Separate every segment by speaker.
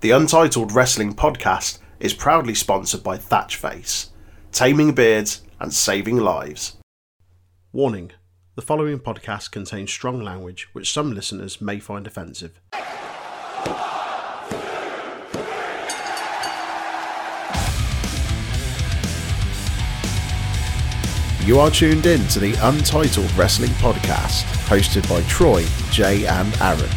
Speaker 1: The Untitled Wrestling Podcast is proudly sponsored by Thatchface, taming beards and saving lives. Warning the following podcast contains strong language which some listeners may find offensive. You are tuned in to the Untitled Wrestling Podcast, hosted by Troy, Jay, and Aaron.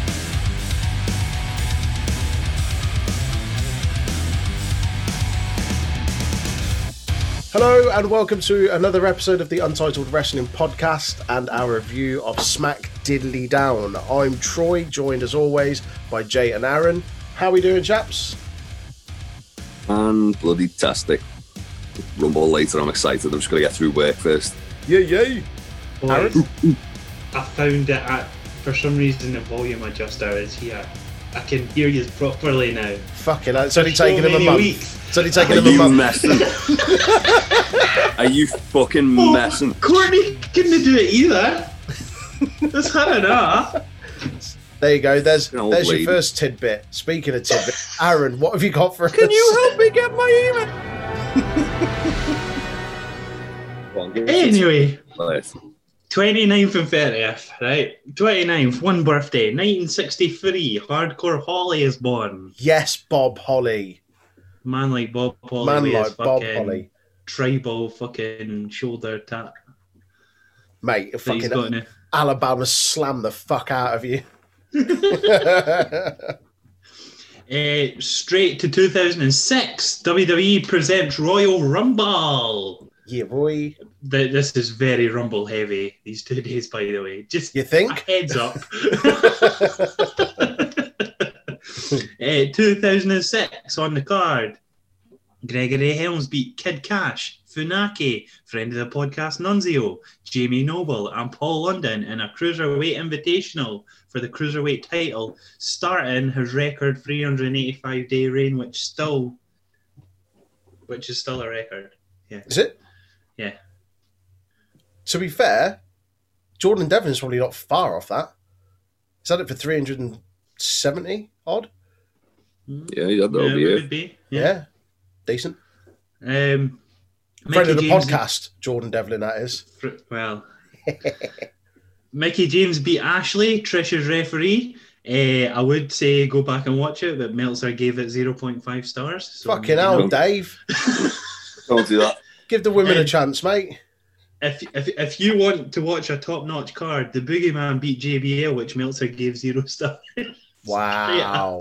Speaker 1: Hello and welcome to another episode of the Untitled Wrestling Podcast and our review of Smack Diddly Down. I'm Troy, joined as always by Jay and Aaron. How we doing, chaps?
Speaker 2: And bloody tastic. Rumble later, I'm excited. I'm just going to get through work first.
Speaker 1: Yeah, yeah.
Speaker 3: Boys, I found it at, for some reason the volume adjuster is here. I can hear you properly now.
Speaker 1: Fucking hell, it's only
Speaker 3: So
Speaker 1: taken him a
Speaker 3: many
Speaker 1: month.
Speaker 3: weeks.
Speaker 1: It's only
Speaker 2: Are
Speaker 1: taken him a
Speaker 2: you
Speaker 1: month.
Speaker 2: messing? Oh. Are you fucking messing?
Speaker 3: Courtney couldn't do it either. That's had enough.
Speaker 1: There you go. There's
Speaker 2: An old
Speaker 1: there's
Speaker 2: lady.
Speaker 1: your first tidbit. Speaking of tidbit, Aaron, what have you got for us?
Speaker 2: help me get my email?
Speaker 3: Anyway,
Speaker 2: Right.
Speaker 3: 29th and 30th, right? 29th, one birthday, 1963, Hardcore Holly is born.
Speaker 1: Yes, Bob Holly.
Speaker 3: Man like Bob Holly.
Speaker 1: Man
Speaker 3: with his
Speaker 1: like Bob
Speaker 3: fucking
Speaker 1: Holly.
Speaker 3: Tribal fucking shoulder tap.
Speaker 1: Mate,
Speaker 3: that he's got
Speaker 1: fucking
Speaker 3: now.
Speaker 1: Alabama slam the fuck out of you.
Speaker 3: Uh, straight to 2006, WWE E presents Royal Rumble.
Speaker 1: yeah, boy.
Speaker 3: Th- This is very Rumble heavy these two days, by the way. Just
Speaker 1: You
Speaker 3: a
Speaker 1: think?
Speaker 3: heads up. Eh, 2006 on the card. Gregory Helms beat Kid Cash, Funaki, friend of the podcast Nunzio, Jamie Noble, and Paul London in a cruiserweight invitational for the cruiserweight title, starting his record 385 day reign, which still, which is still a record.
Speaker 1: Is it?
Speaker 3: Yeah.
Speaker 1: To be fair, Jordan Devon's probably not far off that. Is that it for 370 odd?
Speaker 2: Yeah, yeah, that'll
Speaker 3: Yeah,
Speaker 2: be
Speaker 3: it
Speaker 2: it.
Speaker 3: would be.
Speaker 1: Yeah. Decent.
Speaker 3: Um,
Speaker 1: Friend of the
Speaker 3: Mickey James-
Speaker 1: podcast, Jordan Devlin, that is.
Speaker 3: Fr- Well, Mickey James beat Ashley, Trish's referee. Eh, I would say go back and watch it, but Meltzer gave it 0.5 stars. So
Speaker 1: Fucking hell,
Speaker 2: know.
Speaker 1: Dave.
Speaker 2: Don't do that.
Speaker 1: Give the women a
Speaker 3: Hey.
Speaker 1: chance, mate.
Speaker 3: If, if, if you want to watch a top notch card, the Boogeyman beat JBL, which Meltzer gave zero stars.
Speaker 1: Wow.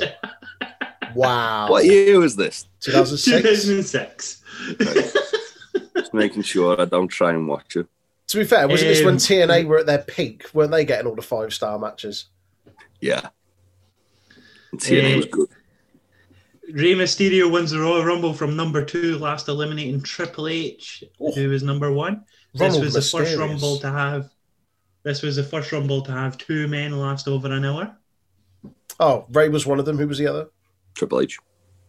Speaker 1: Wow.
Speaker 2: What year was this?
Speaker 1: 2006.
Speaker 3: 2006.
Speaker 2: Just making sure I don't try and watch it.
Speaker 1: to be fair, wasn't this when
Speaker 3: Um,
Speaker 1: TNA were at their peak? Weren't they getting all the five star matches?
Speaker 2: Yeah. And TNA was
Speaker 3: Yeah.
Speaker 2: good.
Speaker 3: Rey Mysterio wins the Royal Rumble from number two, last eliminating Triple H,
Speaker 1: Oh.
Speaker 3: who was number one.
Speaker 1: Ronald
Speaker 3: this was the first
Speaker 1: Mysterious.
Speaker 3: rumble to have. This was the first rumble to have two men last over an hour.
Speaker 1: Oh, Ray was one of them. Who was the other?
Speaker 2: Triple H.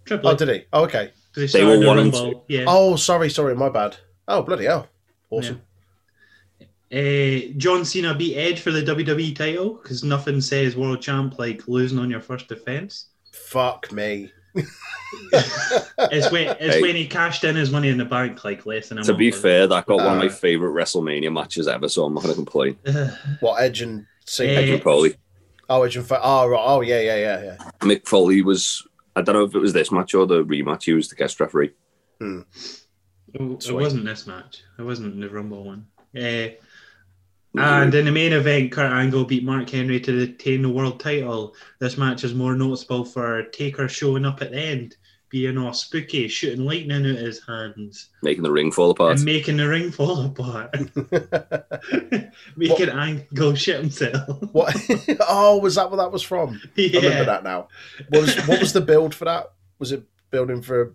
Speaker 3: Triple.
Speaker 1: Oh, did he? Oh, okay.
Speaker 3: they
Speaker 2: They were
Speaker 3: started the
Speaker 2: one and
Speaker 3: rumble. Yeah.
Speaker 1: Oh, sorry, sorry, my bad. Oh, bloody hell. Awesome.
Speaker 3: Uh, John Cena beat Edge for the WWE title because nothing says world champ like losing on your first defense.
Speaker 1: Fuck me.
Speaker 3: It's when it's
Speaker 2: Hey.
Speaker 3: when he cashed in his money in the bank like less than a
Speaker 2: To
Speaker 3: month
Speaker 2: be
Speaker 3: ago.
Speaker 2: fair, that got one of my
Speaker 1: Uh,
Speaker 2: favourite WrestleMania matches ever, so I'm not going to complain.
Speaker 1: What, Edge and Cena?
Speaker 2: Edge
Speaker 3: Eh.
Speaker 2: and Foley.
Speaker 1: Oh, Edge and Fa- oh, right. oh, yeah, yeah, yeah, yeah.
Speaker 2: Mick Foley was, I don't know if it was this match or the rematch, he was the guest referee.
Speaker 3: it
Speaker 1: Sweet.
Speaker 3: wasn't this match. It wasn't the rumble one. Uh,
Speaker 2: Mm.
Speaker 3: And in the main event, Kurt Angle beat Mark Henry to retain the world title. This match is more noticeable for Taker showing up at the end, being all spooky, shooting lightning out of his hands,
Speaker 2: making the ring fall apart.
Speaker 3: and making the ring fall apart, making Angle shit himself.
Speaker 1: What? oh, was that what that was from? I
Speaker 3: yeah.
Speaker 1: remember that now. What was, what was the build for that? Was it building for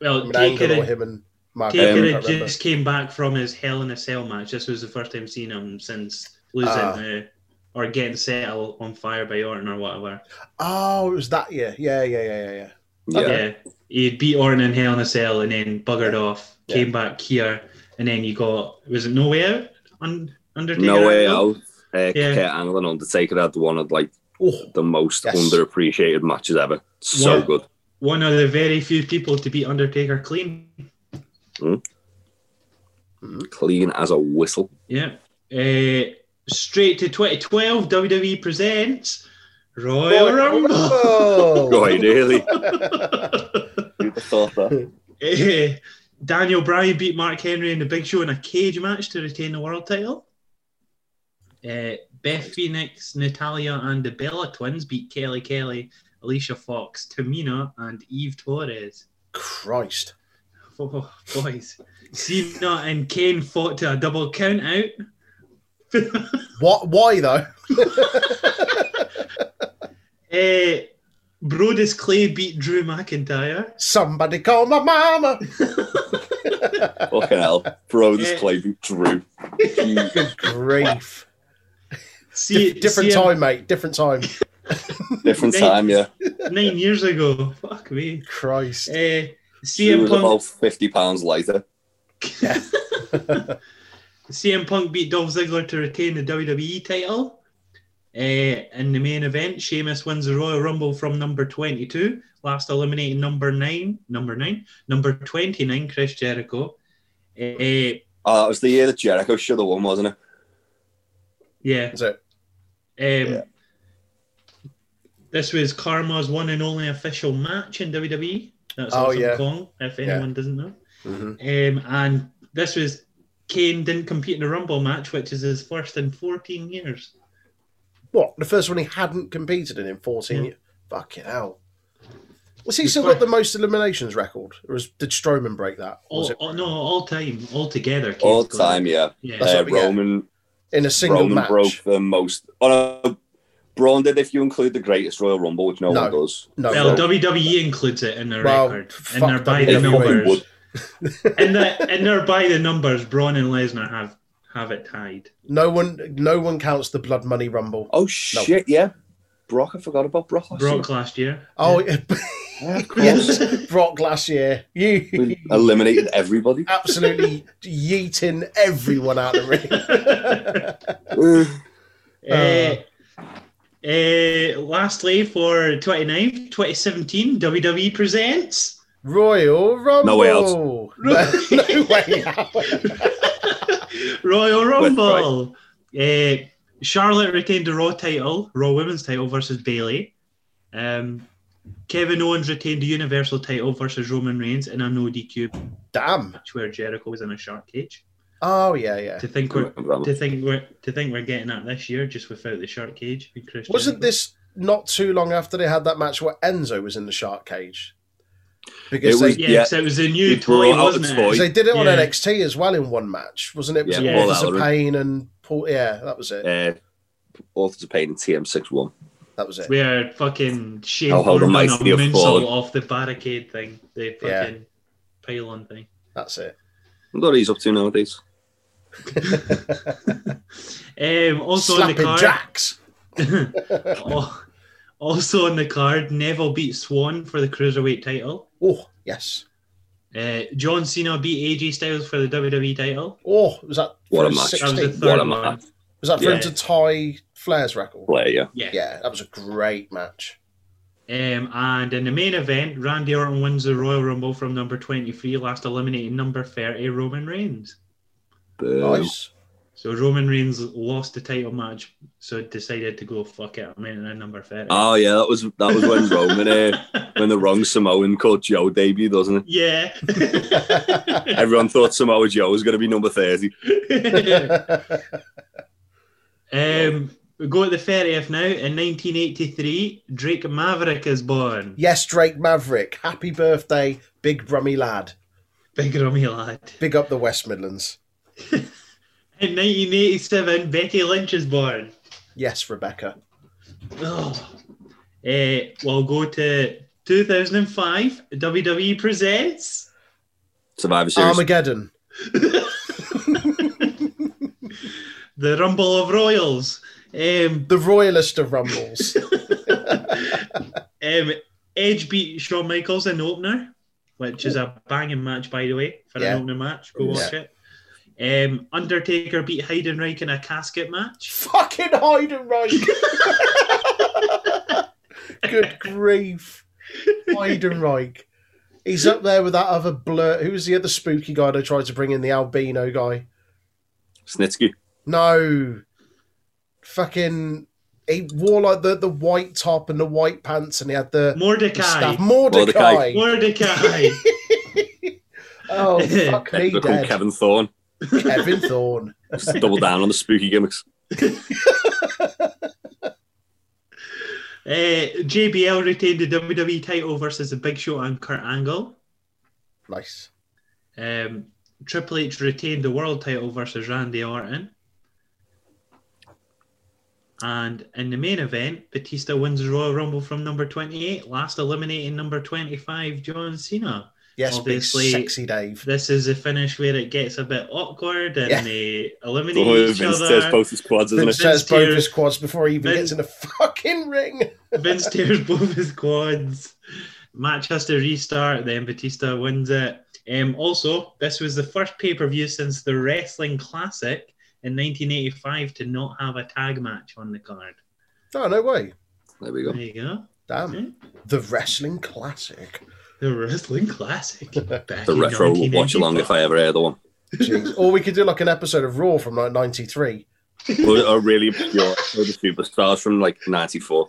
Speaker 3: Well,
Speaker 1: an angle
Speaker 3: Taker,
Speaker 1: or him and Mark?
Speaker 2: Um,
Speaker 3: Taker
Speaker 1: Henry? I
Speaker 3: had
Speaker 1: can't remember.
Speaker 3: just came back from his Hell in a Cell match. This was the first time seeing him since losing
Speaker 1: Ah.
Speaker 3: the, or getting set on fire by Orton or whatever.
Speaker 1: Oh, it was that year. Yeah, yeah, yeah, yeah, yeah.
Speaker 2: yeah.
Speaker 3: Yeah. He'd beat Orton in Hell in a Cell and then buggered off,
Speaker 1: Yeah.
Speaker 3: came back here, and then you got, was it No Way Out? Un- Undertaker?
Speaker 2: No way
Speaker 3: Angle?
Speaker 2: out. Uh,
Speaker 3: Yeah.
Speaker 2: Kurt Angle and Undertaker had one of like
Speaker 1: Oh,
Speaker 2: the most
Speaker 1: Yes.
Speaker 2: underappreciated matches ever. So
Speaker 3: What?
Speaker 2: good.
Speaker 3: one of the very few people to beat Undertaker clean.
Speaker 2: Clean as a whistle.
Speaker 3: Yeah. Uh, straight to 2012, WWE E presents Royal Rumble.
Speaker 2: Right, nearly.
Speaker 3: Eh, Daniel Bryan beat Mark Henry in the Big Show in a cage match to retain the world title. Eh, Beth Phoenix, Natalia, and the Bella Twins beat Kelly Kelly, Alicia Fox, Tamina, and Eve Torres.
Speaker 1: Christ.
Speaker 3: Oh, boys. Cena and Kane fought to a double count out.
Speaker 1: What? Why though?
Speaker 3: Eh, Brodus Clay beat Drew McIntyre.
Speaker 1: Somebody call my mama.
Speaker 2: Fucking hell. Bro, this
Speaker 3: Yeah.
Speaker 2: clay boot drew.
Speaker 1: Good grief.
Speaker 3: See,
Speaker 1: different
Speaker 3: see him
Speaker 1: time, mate. Different time.
Speaker 2: Different
Speaker 3: Mate.
Speaker 2: time, yeah.
Speaker 3: Nine years ago. Fuck me.
Speaker 1: Christ.
Speaker 3: Eh,
Speaker 2: Drew
Speaker 3: CM
Speaker 2: was
Speaker 3: Punk
Speaker 2: about 50 pounds later.
Speaker 3: CM Punk beat Dolph Ziggler to retain the WWE title. Uh, in the main event, Sheamus wins the Royal Rumble from number 22, last eliminating number 9, number 9, number 29, Chris Jericho. Uh,
Speaker 2: Oh, that was the year that Jericho should have won, wasn't it?
Speaker 3: yeah.
Speaker 1: Is it?
Speaker 3: Um,
Speaker 2: Yeah.
Speaker 3: This was Karma's one and only official match in WWE. That's
Speaker 1: Oh,
Speaker 3: Awesome
Speaker 1: yeah.
Speaker 3: Kong, if
Speaker 1: Yeah.
Speaker 3: anyone doesn't know. Um, and this was Kane didn't compete in a Rumble match, which is his first in 14 years.
Speaker 1: What? The first one he hadn't competed in in 14 years? Fucking hell. Was he
Speaker 3: He's
Speaker 1: still
Speaker 3: quite-
Speaker 1: got the most eliminations record? Or was, did Strowman break that?
Speaker 3: All,
Speaker 1: Was it
Speaker 3: all- Oh, no, all time, all together. Kane's
Speaker 2: All
Speaker 3: got
Speaker 2: time,
Speaker 3: it.
Speaker 2: yeah.
Speaker 3: Yeah.
Speaker 1: That's
Speaker 2: Uh,
Speaker 1: what we get.
Speaker 2: Roman,
Speaker 1: in a single
Speaker 2: Roman
Speaker 1: match?
Speaker 2: broke the most. Oh, no. Braun did if you include the greatest Royal Rumble, which no,
Speaker 1: No.
Speaker 2: one does.
Speaker 1: No.
Speaker 3: Well,
Speaker 1: no.
Speaker 3: WWE includes it in their
Speaker 1: Well,
Speaker 3: record, in
Speaker 1: fuck E.
Speaker 3: their by the
Speaker 2: If
Speaker 1: WWE.
Speaker 2: you fucking
Speaker 3: numbers.
Speaker 2: would.
Speaker 3: in, the, in their by the numbers, Braun and Lesnar have have it tied.
Speaker 1: no one no one counts the Blood Money Rumble.
Speaker 2: Oh, shit, yeah. Brock, I forgot about Brock. last
Speaker 3: Brock last year.
Speaker 1: Oh, yeah.
Speaker 2: year. Yeah, of course.
Speaker 1: yes. Brock last year. You
Speaker 2: We eliminated everybody.
Speaker 1: absolutely yeeting everyone out of the ring.
Speaker 2: Uh,
Speaker 3: Uh, uh, lastly, for 29, 2017, WWE E presents.
Speaker 1: Royal Rumble.
Speaker 2: No way out.
Speaker 1: No, no way out.
Speaker 3: Royal Rumble. Eh, Charlotte retained the Raw title, Raw Women's title versus Bailey. Um, Kevin Owens retained the Universal title versus Roman Reigns in a no DQ
Speaker 1: Damn.
Speaker 3: match where Jericho was in a shark cage.
Speaker 1: Oh yeah, yeah.
Speaker 3: To think we're
Speaker 2: remember
Speaker 3: to
Speaker 2: that
Speaker 3: think we're to think we're getting at this year just without the shark cage. with Chris
Speaker 1: Wasn't
Speaker 3: Jericho.
Speaker 1: this not too long after they had that match where Enzo was in the shark cage?
Speaker 2: It
Speaker 1: Because
Speaker 2: was-
Speaker 1: they,
Speaker 3: Yeah,
Speaker 2: Yeah.
Speaker 3: 'cause it was a new
Speaker 2: They
Speaker 3: toy,
Speaker 2: brought out
Speaker 3: wasn't
Speaker 2: the
Speaker 3: it?
Speaker 2: toy.
Speaker 1: 'cause they did it on
Speaker 3: Yeah.
Speaker 1: NXT as well in one match, wasn't it? Was
Speaker 2: Yeah,
Speaker 1: it
Speaker 3: Paul
Speaker 1: Authors of
Speaker 2: Allen.
Speaker 1: Pain and Paul? Yeah, that was it.
Speaker 2: one. Uh, Authors of Pain and TM6 won.
Speaker 1: That was it.
Speaker 3: Where fucking Shane
Speaker 2: Oh, how the
Speaker 3: Thorne done a
Speaker 2: mighty have fallen.
Speaker 3: moonsault off the barricade thing, the fucking
Speaker 1: Yeah.
Speaker 3: pylon thing.
Speaker 1: That's it.
Speaker 2: What are he's up to nowadays?
Speaker 3: Um, also on the
Speaker 1: Slapping
Speaker 3: card,
Speaker 1: jacks.
Speaker 3: Al- also on the card, Neville beat Swan for the cruiserweight title.
Speaker 1: Oh yes.
Speaker 3: Uh, John Cena beat AJ Styles for the WWE title.
Speaker 1: Oh, was that
Speaker 2: What a
Speaker 1: for
Speaker 2: match.
Speaker 3: That was
Speaker 1: 16?
Speaker 3: the
Speaker 1: Was,
Speaker 2: What
Speaker 3: third
Speaker 2: a
Speaker 3: one.
Speaker 2: match.
Speaker 1: that for him
Speaker 3: Yeah.
Speaker 1: to tie Flair's record?
Speaker 2: Player, yeah.
Speaker 3: Yeah.
Speaker 1: Yeah, that was a great match.
Speaker 3: Um, and in the main event, Randy Orton wins the Royal Rumble from number 23, last eliminating number 30, Roman Reigns.
Speaker 2: Boom.
Speaker 1: Nice.
Speaker 3: So Roman Reigns lost the title match, so decided to go fuck it. I'm in at number 30.
Speaker 2: Oh yeah, that was that was when Roman uh, when the wrong Samoan called Joe debuted, doesn't it?
Speaker 3: Yeah.
Speaker 2: Everyone thought Samoa Joe was going to be number thirty.
Speaker 3: um, we go to the 30th now. In 1983, Drake Maverick is born.
Speaker 1: Yes, Drake Maverick. Happy birthday, big brummy lad.
Speaker 3: Big rummy lad.
Speaker 1: Big up the West Midlands.
Speaker 3: In 1987, Becky Lynch is born.
Speaker 1: Yes, Rebecca.
Speaker 3: Oh. Eh, we'll go to 2005. WWE E presents.
Speaker 2: Survivor Series.
Speaker 1: Armageddon.
Speaker 3: The Rumble of Royals. Um,
Speaker 1: The royalist of rumbles.
Speaker 3: um, Edge beat Shawn Michaels in the opener, which is a banging match, by the way, for
Speaker 1: Yeah.
Speaker 3: an opener match. Go watch it. Um, Undertaker beat Heidenreich in a casket match.
Speaker 1: Fucking hide and right. Good grief. Weidenreich. He's up there with that other blur. Who was the other spooky guy they tried to bring in? The albino guy.
Speaker 2: Snitsky.
Speaker 1: No, fucking. He wore like the, the white top and the white pants, and he had the, the
Speaker 3: Mordecai.
Speaker 1: staff. Mordecai.
Speaker 3: Mordecai.
Speaker 1: Oh fuck me,
Speaker 2: Become
Speaker 1: dead.
Speaker 2: Kevin Thorne.
Speaker 1: Kevin Thorne.
Speaker 2: Just double down on the spooky gimmicks.
Speaker 3: Eh, JBL retained the WWE title versus the Big Show and Kurt Angle.
Speaker 1: Nice.
Speaker 3: Um, Triple H retained the world title versus Randy Orton. And in the main event, Batista wins the Royal Rumble from number 28, last eliminating number 25, John Cena.
Speaker 1: Yes, big
Speaker 3: Obviously-
Speaker 1: sexy Dave.
Speaker 3: This is the finish where it gets a bit awkward and
Speaker 1: Yeah.
Speaker 3: they
Speaker 2: The
Speaker 3: eliminate
Speaker 2: way
Speaker 3: each
Speaker 2: Oh, Vince
Speaker 3: other.
Speaker 2: says both his quads, isn't
Speaker 1: Vince
Speaker 2: it?
Speaker 1: says
Speaker 3: Vince here.
Speaker 1: both his quads before he even
Speaker 3: Vin-
Speaker 1: gets in the fucking ring.
Speaker 3: Vince tears both his quads. Match has to restart, then Batista wins it. Um, also, this was the first pay per view since the Wrestling Classic in 1985 to not have a tag match on the card.
Speaker 1: No, no way.
Speaker 2: There we
Speaker 3: There
Speaker 2: go.
Speaker 3: you go.
Speaker 1: Damn.
Speaker 3: Okay.
Speaker 1: The wrestling classic.
Speaker 3: The Wrestling Classic. Back
Speaker 2: The
Speaker 3: in
Speaker 2: retro watch along if I
Speaker 3: 1985.
Speaker 2: ever heard the one.
Speaker 1: Jeez. or we could do like an episode of Raw from like '93.
Speaker 2: Or, or really obscure. Or the superstars from like 94.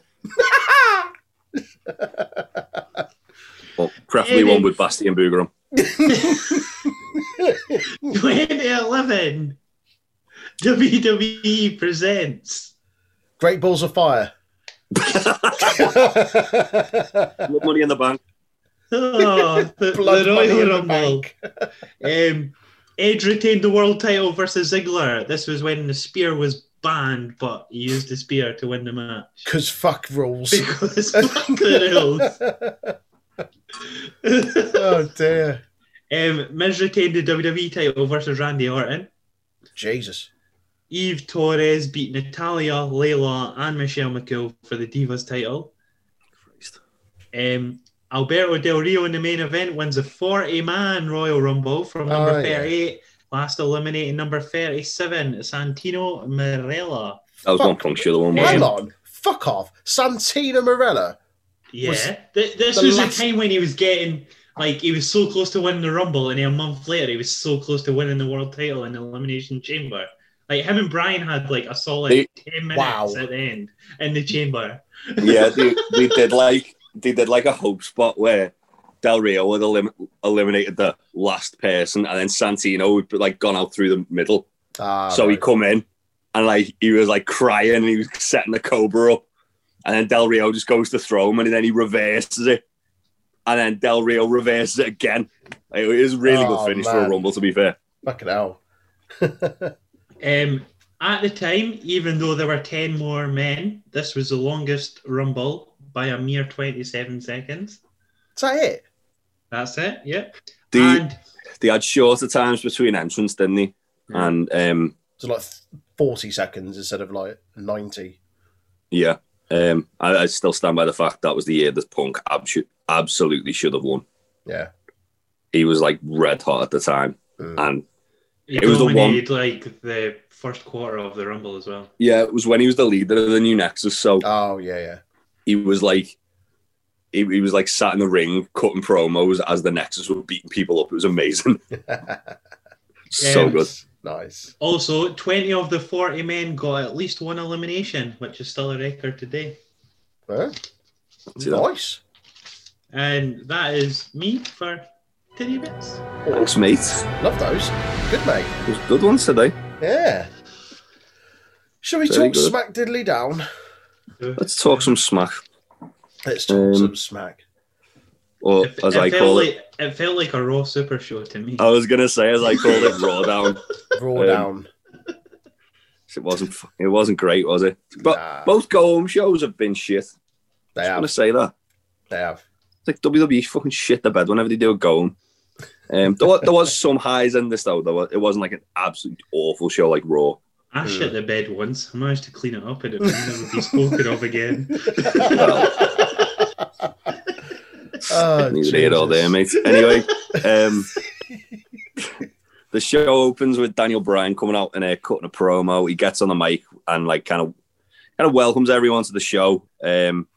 Speaker 2: Well, preferably one with Basti and Booger on.
Speaker 3: 2011, WWE E presents.
Speaker 1: Great Balls of Fire.
Speaker 2: Love Money in the Bank.
Speaker 3: Oh, the, the
Speaker 1: Blood Money in
Speaker 3: Royal
Speaker 1: the
Speaker 3: Rumble.
Speaker 1: Bank.
Speaker 3: Um, Edge retained the world title versus Ziggler. This was when the spear was banned, but he used the spear to win the match.
Speaker 1: Cause fuck rules.
Speaker 3: Because fuck the rules.
Speaker 1: oh dear.
Speaker 3: um, Miz retained the WWE title versus Randy Orton.
Speaker 1: Jesus.
Speaker 3: Eve Torres beat Natalia, Layla, and Michelle McCool for the Divas title.
Speaker 2: Christ.
Speaker 3: Um, Alberto Del Rio in the main event wins a 40 man Royal Rumble from number
Speaker 1: Oh, yeah.
Speaker 3: 38, last eliminating number 37, Santino Marella.
Speaker 2: That was
Speaker 1: Fuck.
Speaker 2: one puncture, the one
Speaker 1: Hang
Speaker 2: was
Speaker 1: on. Fuck off. Santina Morella.
Speaker 3: Yeah,
Speaker 1: Was
Speaker 3: Th- this
Speaker 1: the
Speaker 3: was
Speaker 1: last-
Speaker 3: the time when he was getting like he was so close to winning the Rumble, and then a month later he was so close to winning the world title in the Elimination Chamber. Like him and Brian had like a solid
Speaker 2: They-
Speaker 3: ten minutes
Speaker 1: Wow.
Speaker 3: at the end in the chamber.
Speaker 2: Yeah, they, they did like they did like a hope spot where Del Rio had elim- eliminated the last person, and then Santino would like gone out through the middle.
Speaker 1: Ah,
Speaker 2: so he
Speaker 1: right.
Speaker 2: come in and like he was like crying and he was setting the cobra up, and then Del Rio just goes to throw him, and then he reverses it, and then Del Rio reverses it again. Like, it was a really
Speaker 1: Oh,
Speaker 2: good finish for a
Speaker 1: man.
Speaker 2: rumble, to be fair.
Speaker 1: fucking hell.
Speaker 3: Um, at the time, even though there were ten more men, this was the longest Rumble by a mere twenty-seven seconds.
Speaker 1: Is that it?
Speaker 3: That's it. Yep.
Speaker 2: They
Speaker 3: and
Speaker 2: they had shorter times between entrance, didn't they?
Speaker 3: Yeah.
Speaker 2: And um,
Speaker 1: So like forty seconds instead of like ninety.
Speaker 2: Yeah. Um, I, I still stand by the fact that was the year that Punk ab- should, absolutely should have won.
Speaker 1: Yeah.
Speaker 2: He was like red hot at the time.
Speaker 1: Mm.
Speaker 2: And
Speaker 3: he
Speaker 2: it was the one-
Speaker 3: dominated like the first quarter of the Rumble as well.
Speaker 2: yeah, it was when he was the leader of the new Nexus. So
Speaker 1: Oh yeah, yeah.
Speaker 2: he was like, he, he was like sat in the ring cutting promos as the Nexus were beating people up. It was amazing. so
Speaker 3: Yeah.
Speaker 2: good.
Speaker 1: Nice.
Speaker 3: Also, 20 of the 40 men got at least one elimination, which is still a record today.
Speaker 1: Huh?
Speaker 2: See that?
Speaker 1: Nice.
Speaker 3: And that is me for Titty Bits.
Speaker 2: Thanks, mate.
Speaker 1: Love those. Good mate.
Speaker 2: It was good ones today.
Speaker 1: Yeah. Shall we
Speaker 2: Very
Speaker 1: talk
Speaker 2: good.
Speaker 1: smack diddly down?
Speaker 2: Let's talk some smack,
Speaker 1: Let's talk
Speaker 2: Um,
Speaker 1: some smack.
Speaker 2: or
Speaker 3: It,
Speaker 2: as
Speaker 3: it
Speaker 2: I
Speaker 3: felt
Speaker 2: call it. Oh.
Speaker 3: like, it. felt like a Raw Super Show to me.
Speaker 2: I was gonna say, as I called it, raw down.
Speaker 1: Raw
Speaker 2: um,
Speaker 1: down.
Speaker 2: It wasn't. fu- It wasn't great, was it? But
Speaker 1: Nah,
Speaker 2: both go home shows have been shit.
Speaker 1: they
Speaker 2: I'm gonna
Speaker 1: have.
Speaker 2: say that.
Speaker 1: They have.
Speaker 2: It's like WWE fucking shit the bed whenever they do a go home. Um, there, was, there was some highs in this though. There was, it wasn't like an absolute awful show like Raw.
Speaker 3: I shit the bed once. I managed to clean it up and it would never be spoken of again.
Speaker 1: Oh,
Speaker 2: Neither here or
Speaker 1: Jesus.
Speaker 2: there, mate. Anyway, um, the show opens with Daniel Bryan coming out and uh, cutting a promo. He gets on the mic and like kind of kind of welcomes everyone to the show. Um,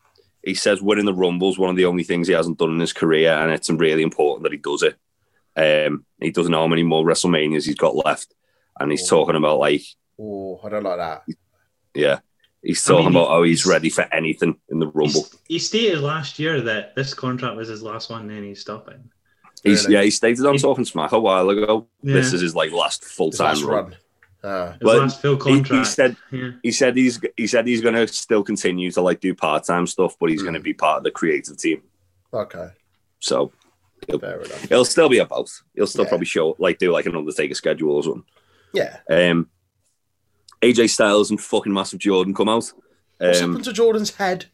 Speaker 2: He says winning the Rumble's one of the only things he hasn't done in his career, and it's really important that he does it. Um, he doesn't know how many more WrestleManias he's got left, and he's talking about like,
Speaker 1: Oh, I don't like that.
Speaker 2: yeah, he's
Speaker 3: I mean,
Speaker 2: talking about
Speaker 3: he-
Speaker 2: how he's ready for anything in the
Speaker 3: He,
Speaker 2: Rumble.
Speaker 3: he stated last year that this contract was his last one, and he's stopping.
Speaker 2: He's,
Speaker 1: Really?
Speaker 2: yeah, he stated on
Speaker 3: He-
Speaker 2: Talking Smack a while ago.
Speaker 3: Yeah.
Speaker 2: This is his like last full
Speaker 1: It's last
Speaker 2: time run.
Speaker 1: run. Uh,
Speaker 3: His
Speaker 2: Well,
Speaker 3: last full
Speaker 2: He,
Speaker 3: contract.
Speaker 2: he said
Speaker 3: yeah.
Speaker 2: he said he's he said he's going to still continue to like do part time stuff, but he's
Speaker 1: Hmm.
Speaker 2: going to be part of the creative team.
Speaker 1: okay,
Speaker 2: So
Speaker 1: fair enough.
Speaker 2: he'll still be about. He'll still
Speaker 1: Yeah.
Speaker 2: probably show like do like an Undertaker schedule or something.
Speaker 1: Yeah.
Speaker 2: Um, AJ Styles and fucking Massive Jordan come out.
Speaker 1: What's
Speaker 2: Um,
Speaker 1: happened to Jordan's head?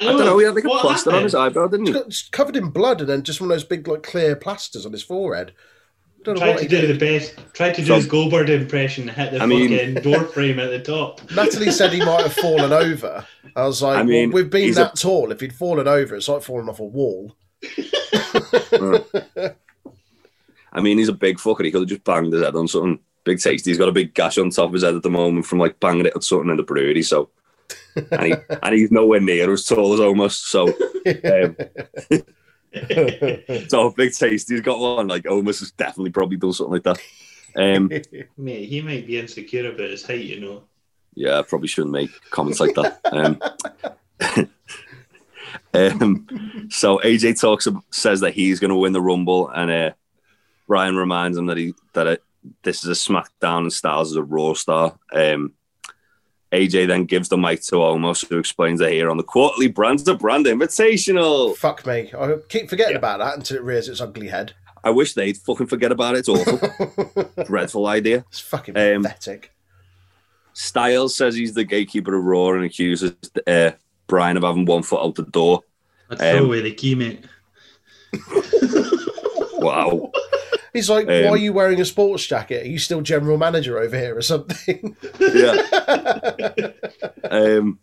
Speaker 2: I don't know. He had like a plaster on his eyebrow, didn't
Speaker 1: It's,
Speaker 2: he?
Speaker 1: got, it's covered in blood and then just one of those big, like, clear plasters on his forehead. Don't know
Speaker 3: Tried
Speaker 1: what
Speaker 3: to
Speaker 1: he
Speaker 3: do
Speaker 1: did.
Speaker 3: the best. Tried to do
Speaker 2: So-
Speaker 3: his Goldberg impression. Hit the
Speaker 2: I mean-
Speaker 3: fucking door frame at the top.
Speaker 1: Natalie said he might have fallen over. I was like,
Speaker 2: I mean,
Speaker 1: well, we've been
Speaker 2: he's a-
Speaker 1: that tall. If he'd fallen over, it's like falling off a wall.
Speaker 2: Hmm. I mean, he's a big fucker. He could have just banged his head on something. Big tasty. He's got a big gash on top of his head at the moment from like banging it at something in the brewery. So, and, he, and he's nowhere near as tall as almost. So, um, so big tasty's got one. Like almost has definitely probably done something like that. Um,
Speaker 3: Mate, he might be insecure about his height, you know.
Speaker 2: yeah, I probably shouldn't make comments like that. Um, um, so AJ talks ab- says that he's going to win the Rumble, and uh, Ryan reminds him that he that it, this is a SmackDown and Styles is a Raw star. Um, AJ then gives the mic to Almost, who explains that here on the quarterly Brands to Brand Invitational.
Speaker 1: Fuck me. I keep forgetting
Speaker 2: Yeah.
Speaker 1: about that until it rears its ugly head.
Speaker 2: I wish they'd fucking forget about it. It's awful, dreadful idea.
Speaker 1: it's fucking
Speaker 2: Um,
Speaker 1: pathetic.
Speaker 2: Styles says he's the gatekeeper of Raw and accuses uh, Brian of having one foot out the door.
Speaker 3: I'd throw
Speaker 2: Um,
Speaker 3: away the key, mate.
Speaker 2: Wow.
Speaker 1: He's like, why
Speaker 2: um,
Speaker 1: are you wearing a sports jacket? Are you still general manager over here or something?
Speaker 2: Yeah. Um,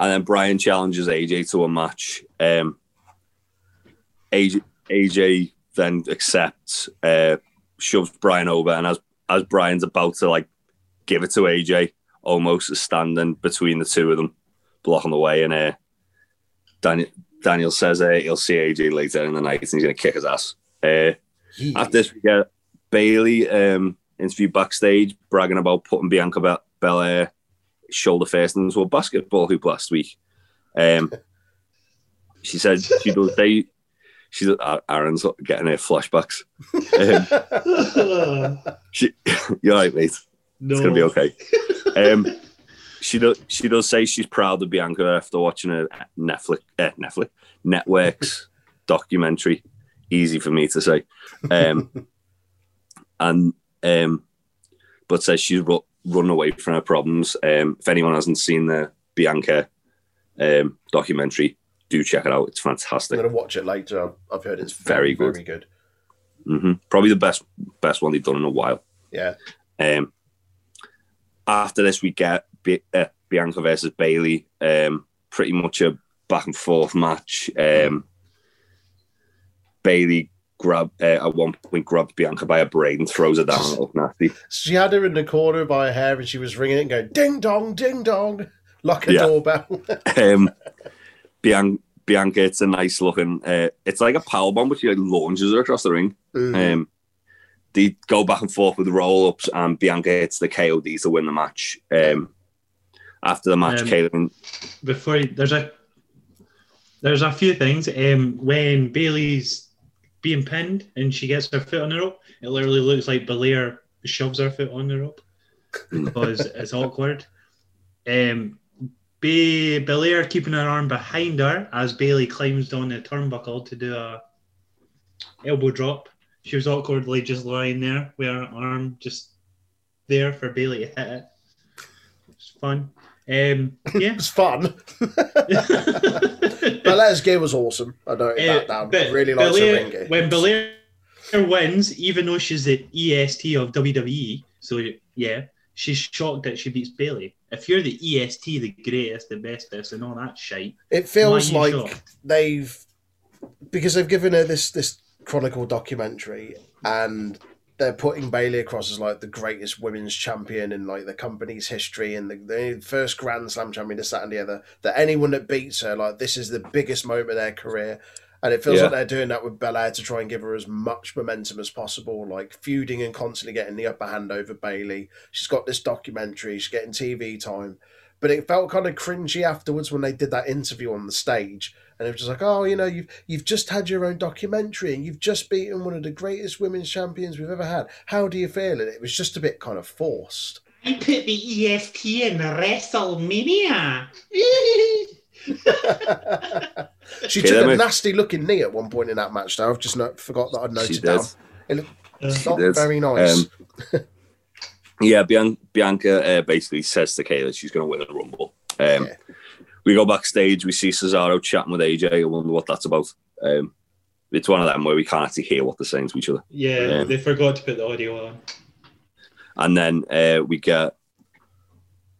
Speaker 2: and then Brian challenges AJ to a match. Um, AJ, AJ then accepts, uh, shoves Brian over, and as as Brian's about to like give it to AJ, almost is standing between the two of them, blocking the way. And uh, Daniel Daniel says uh, he'll see AJ later in the night, and he's gonna kick his ass. Uh,
Speaker 1: Yeah.
Speaker 2: at this, we get Bailey um, interview backstage bragging about putting Bianca Bel- Belair shoulder first into a basketball hoop last week. Um, she said she does. They, she's Ar- Aaron's getting her flashbacks. Um, she, you're right, mate.
Speaker 3: no.
Speaker 2: It's gonna be okay. Um, she does. She does say she's proud of Bianca after watching a Netflix, uh, Netflix networks documentary. Easy for me to say, um, and um, but says she's ru- run away from her problems. Um, if anyone hasn't seen the Bianca um, documentary, do check it out. It's
Speaker 1: I'm
Speaker 2: fantastic.
Speaker 1: going to watch it later. I've- I've heard it's very,
Speaker 2: Very
Speaker 1: very good.
Speaker 2: good. hmm Probably the best best one they've done in a while.
Speaker 1: Yeah.
Speaker 2: Um, after this, we get Bi- uh, Bianca versus Bailey. Um, pretty much a back and forth match. Um, Bailey grab uh, at one point grabs Bianca by her braid and throws her down. It looked nasty.
Speaker 1: She had her in the corner by her hair and she was ringing it and going, ding dong, ding dong, like a
Speaker 2: Yeah.
Speaker 1: doorbell.
Speaker 2: Um, Bian- Bianca, it's a nice looking. Uh, it's like a power bomb, but she like launches her across the ring.
Speaker 3: Mm-hmm.
Speaker 1: Mm.
Speaker 2: Um, they go back and forth with the roll ups, and Bianca hits the KOD to win the match. Um, after the match,
Speaker 3: Um,
Speaker 2: Caitlin,
Speaker 3: Before you, there's a there's a few things. Um, when Bailey's being pinned and she gets her foot on the rope, it literally looks like Belair shoves her foot on the rope because it's awkward. Um, Ba Belair keeping her arm behind her as Bailey climbs down the turnbuckle to do a elbow drop. She was awkwardly just lying there with her arm just there for Bailey to hit it. It's fun. Um, yeah.
Speaker 1: It was fun.
Speaker 3: but
Speaker 1: Belair's gear was awesome. I noted that down. really liked her ring gear.
Speaker 3: When Eh, Belair wins, even though she's the EST of WWE, so yeah, she's shocked that she beats Bailey. If you're the EST, the greatest, the bestest, and all that shite,
Speaker 1: It
Speaker 3: why
Speaker 1: feels
Speaker 3: are
Speaker 1: like
Speaker 3: you shocked?
Speaker 1: they've because they've given her this this Chronicle documentary and they're putting Bailey across as like the greatest women's champion in like the company's history and the, the first Grand Slam champion, this, that, and the other. That anyone that beats her, like this is the biggest moment of their career. And it feels
Speaker 2: Yeah.
Speaker 1: like they're doing that with Belair to try and give her as much momentum as possible, like feuding and constantly getting the upper hand over Bailey. She's got this documentary, she's getting TV time. But it felt kind of cringy afterwards when they did that interview on the stage. And it was just like, oh, you know, you've you've just had your own documentary and you've just beaten one of the greatest women's champions we've ever had. How do you feel? And it was just a bit kind of forced.
Speaker 3: I put the EST in WrestleMania.
Speaker 1: she
Speaker 2: Okay,
Speaker 1: took
Speaker 2: then
Speaker 1: a
Speaker 2: we-
Speaker 1: nasty looking knee at one point in that match, though. I've just not, forgot that I'd
Speaker 2: she
Speaker 1: noted
Speaker 2: did.
Speaker 1: down. It's
Speaker 2: She
Speaker 1: not
Speaker 2: did.
Speaker 1: very nice.
Speaker 2: Um, yeah, Bian- Bianca uh, basically says to Kayla she's going to win the Rumble. Um,
Speaker 1: Yeah.
Speaker 2: We go backstage, we see Cesaro chatting with AJ. I wonder what that's about. Um, it's one of them where we can't actually hear what they're saying to each other.
Speaker 3: yeah,
Speaker 2: Yeah.
Speaker 3: they forgot to put the audio on.
Speaker 2: And then uh, we get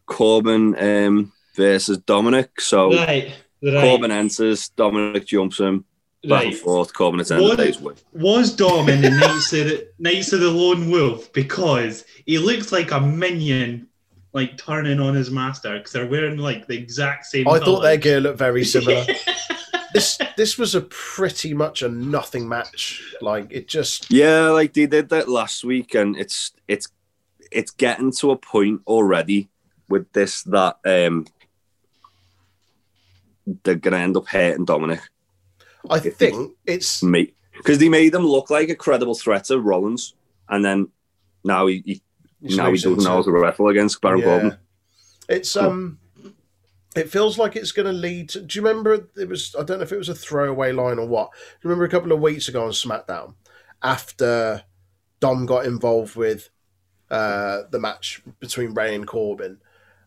Speaker 2: Corbin um, versus Dominic. So
Speaker 3: Right, right,
Speaker 2: Oh, Corbin enters, Dominic jumps him, back
Speaker 3: right.
Speaker 2: and forth. Corbin at the end of the
Speaker 3: What-
Speaker 2: day's win.
Speaker 3: Was Dom in the Knights of the, Knights of the Lone Wolf because he looks like a minion, like turning on his master because they're wearing like the exact same.
Speaker 1: I thought
Speaker 3: colour.
Speaker 1: their gear looked very similar. this this was a pretty much a nothing match. Like it just
Speaker 2: Yeah, like they did that last week, and it's it's it's getting to a point already with this that um they're gonna end up hating Dominic,
Speaker 1: I think it's
Speaker 2: mate, because they made him look like a credible threat to Rollins, and then now he, he
Speaker 1: it's
Speaker 2: now he
Speaker 1: losing
Speaker 2: doesn't know how
Speaker 1: to-
Speaker 2: to wrestle against Baron
Speaker 1: Yeah.
Speaker 2: Corbin.
Speaker 1: It's um, it feels like it's going to lead. to... Do you remember it was? I don't know if it was a throwaway line or what. Do you remember a couple of weeks ago on SmackDown after Dom got involved with uh, the match between Ray and Corbin,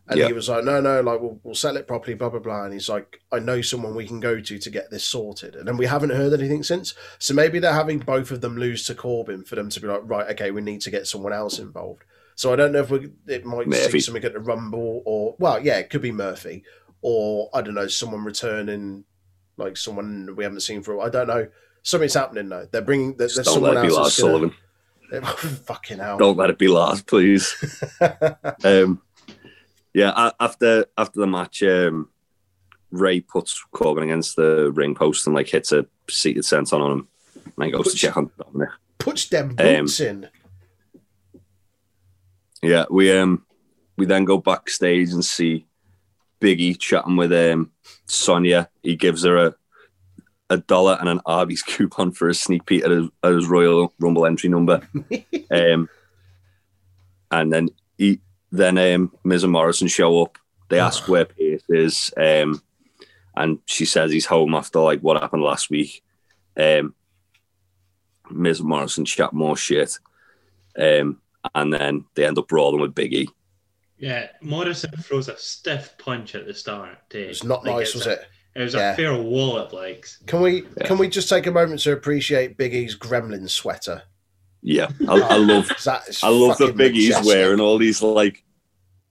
Speaker 1: and
Speaker 2: Yeah.
Speaker 1: he was like, "No, no, like we'll, we'll settle it properly, blah blah blah." And he's like, "I know someone we can go to to get this sorted," and then we haven't heard anything since. So maybe they're having both of them lose to Corbin for them to be like, "Right, okay, we need to get someone else involved." So I don't know if we it might see
Speaker 2: Murphy.
Speaker 1: something at the Rumble or well, yeah, it could be Murphy or I don't know, someone returning like someone we haven't seen for. I don't know. Something's happening though. They're bringing. There's, there's
Speaker 2: Don't
Speaker 1: someone
Speaker 2: let it be Lars
Speaker 1: else. that's gonna-
Speaker 2: Sullivan.
Speaker 1: Fucking hell.
Speaker 2: Don't let it be Lars, please. um, yeah, a- after after the match, um, Ray puts Corbin against the ring post and like hits a seated senton on him, and then goes to check on Dominic.
Speaker 1: Puts
Speaker 2: Um,
Speaker 1: them boots in.
Speaker 2: Yeah, we um we then go backstage and see Biggie chatting with um Sonia. He gives her a a dollar and an Arby's coupon for a sneak peek at his, at his Royal Rumble entry number. um, and then he then um Miz and Morrison show up. They ask where Pierce is, um, and she says he's home after like what happened last week. Um, Miz and Morrison chat more shit. Um, and then they end up brawling with Biggie.
Speaker 3: Yeah, Morrison throws a stiff punch at the start. Too.
Speaker 1: It's not
Speaker 3: Like,
Speaker 1: nice,
Speaker 3: it's
Speaker 1: was
Speaker 3: a-
Speaker 1: it?
Speaker 3: It was
Speaker 1: Yeah.
Speaker 3: a fair wallop, like.
Speaker 1: Can we
Speaker 2: Yeah.
Speaker 1: can we just take a moment to appreciate Big E's gremlin sweater?
Speaker 2: Yeah, I, I love,
Speaker 1: That is
Speaker 2: I love that
Speaker 1: fucking
Speaker 2: Biggie's
Speaker 1: majestic.
Speaker 2: wearing all these like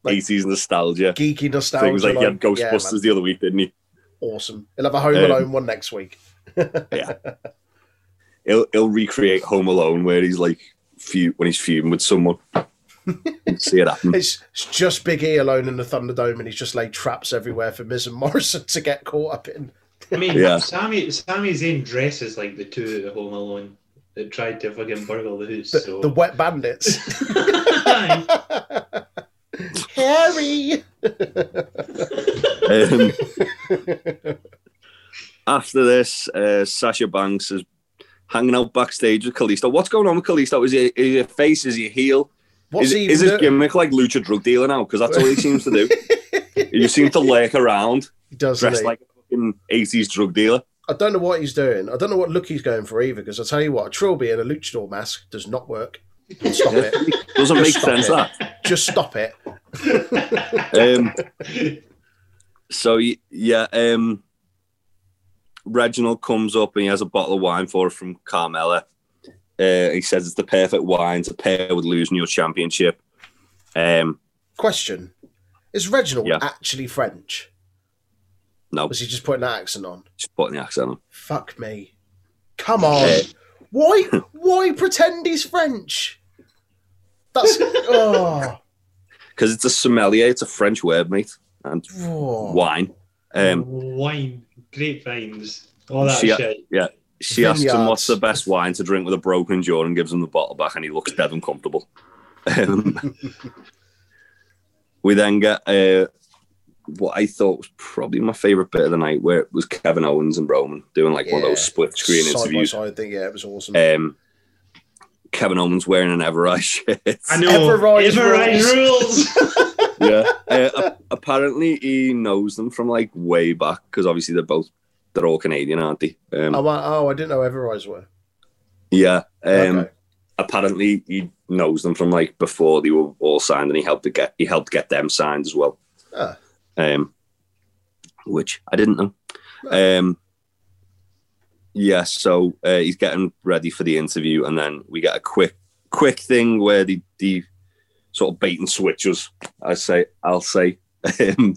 Speaker 1: Like-
Speaker 2: eighties nostalgia
Speaker 1: geeky nostalgia.
Speaker 2: things. Like he had
Speaker 1: like- yeah, man,
Speaker 2: Ghostbusters the other week, didn't he?
Speaker 1: awesome. He'll have a Home
Speaker 2: Um,
Speaker 1: Alone one next week.
Speaker 2: He'll he'll recreate Home Alone where he's like few when he's fuming with someone. You see it happen.
Speaker 1: It's, it's just Big E alone in the Thunderdome, and he's just laid traps everywhere for Miz and Morrison to get caught up in.
Speaker 3: I mean,
Speaker 2: Yeah.
Speaker 3: Sammy Sammy Zayn dresses like the two at the Home Alone that tried to fucking burgle the house.
Speaker 1: The,
Speaker 3: so.
Speaker 1: the wet bandits. Harry.
Speaker 2: Um, after this, uh, Sasha Banks is hanging out backstage with Kalisto. What's going on with Kalisto? Is he, is he a face? Is he a heel?
Speaker 1: What's
Speaker 2: is,
Speaker 1: he
Speaker 2: is
Speaker 1: even
Speaker 2: his
Speaker 1: do-
Speaker 2: gimmick like lucha drug dealer now? Because that's all he seems to do. he seems to lurk around
Speaker 1: He does
Speaker 2: dressed
Speaker 1: he?
Speaker 2: like a fucking eighties drug dealer.
Speaker 1: I don't know what he's doing. I don't know what look he's going for either. Because I tell you what, a trilby and a luchador mask does not work. Stop it.
Speaker 2: Doesn't make
Speaker 1: Stop
Speaker 2: sense
Speaker 1: it.
Speaker 2: that.
Speaker 1: Just stop it.
Speaker 2: Um, so y- yeah, um, Reginald comes up and he has a bottle of wine for her from Carmella. Uh, he says it's the perfect wine to pair with losing your championship. Um,
Speaker 1: Question: Is Reginald
Speaker 2: Yeah.
Speaker 1: actually French?
Speaker 2: no,
Speaker 1: Was he just putting that accent on?
Speaker 2: just putting the accent on.
Speaker 1: Fuck me. Come on.
Speaker 2: Uh,
Speaker 1: why? Why pretend he's French? That's oh,
Speaker 2: because it's a sommelier. It's a French word, mate, and
Speaker 1: oh.
Speaker 2: wine. Um,
Speaker 3: Wine, grapevines, all that
Speaker 2: She-
Speaker 3: shit.
Speaker 2: She asks him
Speaker 1: Vineyards.
Speaker 2: what's the best wine to drink with a broken jaw and gives him the bottle back, and he looks dead uncomfortable. Um, we then get uh, what I thought was probably my favourite bit of the night, where it was Kevin Owens and Roman doing like one of
Speaker 1: Yeah.
Speaker 2: those split screen
Speaker 1: side
Speaker 2: interviews.
Speaker 1: by side thing. Yeah, it was awesome.
Speaker 2: Um, Kevin Owens wearing an Everrise shirt.
Speaker 3: I know.
Speaker 1: Everrise
Speaker 3: Everrise rules.
Speaker 2: yeah. Uh, ap- apparently, he knows them from like way back because obviously they're both they're all Canadian, aren't they? Um,
Speaker 1: I went, oh, I didn't know Everrise were.
Speaker 2: yeah. Um,
Speaker 1: Okay.
Speaker 2: apparently he knows them from like before they were all signed, and he helped to get he helped get them signed as well.
Speaker 1: Ah.
Speaker 2: Um, which I didn't know. Um, yeah, so uh, he's getting ready for the interview, and then we get a quick quick thing where the the sort of bait and switches. I say, I'll say. Um,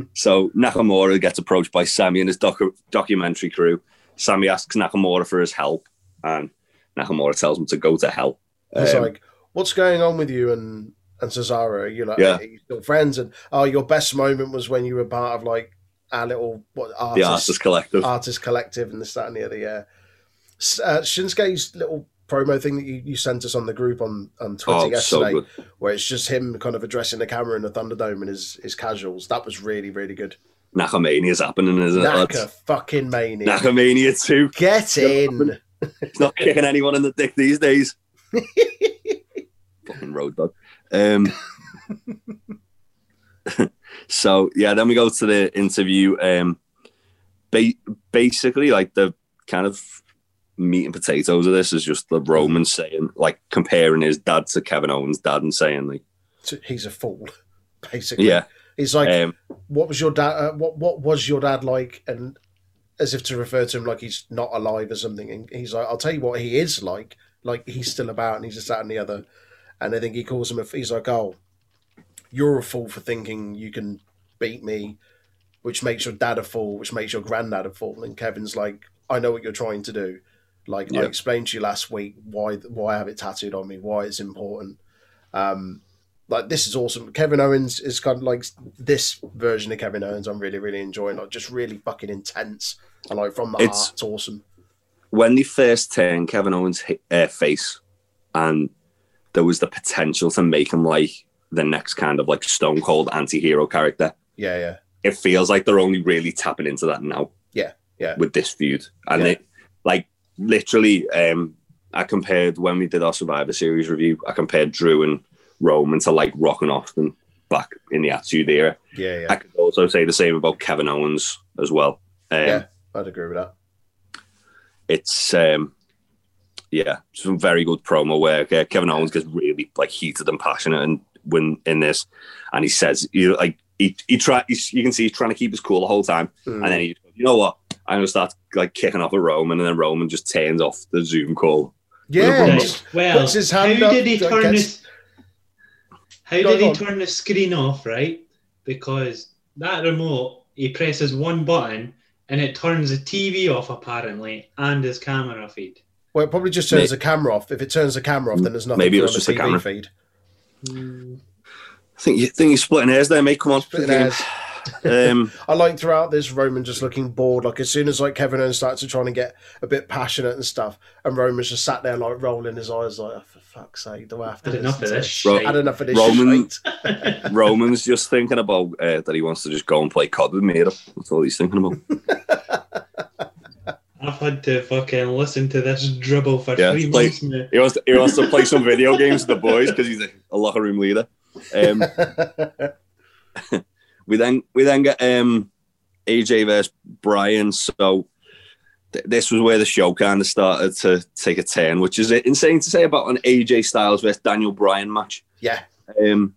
Speaker 2: so Nakamura gets approached by Sammy and his docu- documentary crew. Sammy asks Nakamura for his help, and Nakamura tells him to go to hell.
Speaker 1: It's
Speaker 2: Um,
Speaker 1: like, what's going on with you and and Cesaro? You're like,
Speaker 2: Yeah.
Speaker 1: "Are you still friends? And oh, your best moment was when you were part of like our little what
Speaker 2: the
Speaker 1: artist
Speaker 2: Artists Collective.
Speaker 1: artist collective and this that and the other. Yeah, S- uh, Shinsuke's little promo thing that you, you sent us on the group on on Twitter
Speaker 2: oh, so
Speaker 1: yesterday,
Speaker 2: good.
Speaker 1: where it's just him kind of addressing the camera in the Thunderdome and his his casuals. That was really really good.
Speaker 2: Nakamania's happening, isn't
Speaker 1: Naka
Speaker 2: it?
Speaker 1: fucking mania.
Speaker 2: lads? Nakamania too.
Speaker 1: Get in.
Speaker 2: He's not kicking anyone in the dick these days. Fucking road dog. Um, so yeah, then we go to the interview. Um, ba- basically, like the kind of meat and potatoes of this is just the Roman saying, like comparing his dad to Kevin Owens' dad, and saying like,
Speaker 1: He's a fool, basically.
Speaker 2: yeah,
Speaker 1: he's like,
Speaker 2: um,
Speaker 1: what was your dad? Uh, what what was your dad like? And as if to refer to him like he's not alive or something. And he's like, I'll tell you what he is like. Like he's still about, and he's just that and the other. And I think he calls him. A, he's like, oh, you're a fool for thinking you can beat me, which makes your dad a fool, which makes your granddad a fool. And Kevin's like, I know what you're trying to do. Like I
Speaker 2: Yeah.
Speaker 1: explained to you last week, why why I have it tattooed on me, why it's important. Um, like this is awesome. Kevin Owens is kind of like this version of Kevin Owens. I'm really really enjoying. Like just really fucking intense and like from the
Speaker 2: It's-
Speaker 1: heart. It's awesome.
Speaker 2: when they first turned Kevin Owens' hi- uh, face, and there was the potential to make him like the next kind of like Stone Cold anti-hero character.
Speaker 1: Yeah yeah
Speaker 2: It feels like they're only really tapping into that now.
Speaker 1: Yeah, yeah.
Speaker 2: With this feud, and
Speaker 1: Yeah.
Speaker 2: it like literally, um, I compared when we did our Survivor Series review. I compared Drew and Roman to like Rock and Austin back in the Attitude Era.
Speaker 1: yeah yeah.
Speaker 2: I could also say the same about Kevin Owens as well. Um,
Speaker 1: Yeah. I'd agree with that.
Speaker 2: it's um yeah some very good promo work uh, kevin owens gets really like heated and passionate and when in this and he says you like he, he try he's, you can see he's trying to keep his cool the whole time
Speaker 1: Mm.
Speaker 2: and then he you know what i'm gonna start like kicking off at roman and then roman just turns off the zoom call
Speaker 1: yeah,
Speaker 2: Well,
Speaker 1: it's-
Speaker 3: Well,
Speaker 1: puts his hand
Speaker 3: how
Speaker 1: up,
Speaker 3: did he
Speaker 1: like,
Speaker 3: turn
Speaker 1: gets-
Speaker 3: this? How
Speaker 1: Go
Speaker 3: did he
Speaker 1: on.
Speaker 3: turn the screen off? Right, because that remote, he presses one button and it turns the TV off apparently and his camera feed.
Speaker 1: well, it probably just turns the camera off. If it turns the camera off, then there's nothing.
Speaker 2: Maybe it
Speaker 1: for on
Speaker 2: was just
Speaker 1: the
Speaker 2: the
Speaker 1: TV
Speaker 2: camera.
Speaker 1: feed. Hmm.
Speaker 2: i think you think he's splitting hairs there mate come on
Speaker 1: Splitting hairs.
Speaker 2: um
Speaker 1: I like throughout this Roman just looking bored. Like as soon as like Kevin Owens starts to try and get a bit passionate and stuff, and Roman's just sat there like rolling his eyes, like oh, for fuck's sake, do I have to?
Speaker 3: Had enough
Speaker 1: listen
Speaker 3: of
Speaker 1: to
Speaker 3: this.
Speaker 2: Bro,
Speaker 1: Had
Speaker 3: shit.
Speaker 1: enough of this.
Speaker 2: Roman-
Speaker 1: shite?"
Speaker 2: roman's just thinking about uh, that he wants to just go and play cod with me that's all he's thinking about
Speaker 3: I've had to fucking listen to this dribble for
Speaker 2: Yeah,
Speaker 3: three
Speaker 2: it's like-
Speaker 3: months now.
Speaker 2: he wants to, he wants to play some video games with the boys because he's a, a locker room leader um We then we then get um, AJ versus Brian. So th- this was where the show kind of started to take a turn, which is insane to say about an AJ Styles versus Daniel Bryan match.
Speaker 1: yeah,
Speaker 2: Um,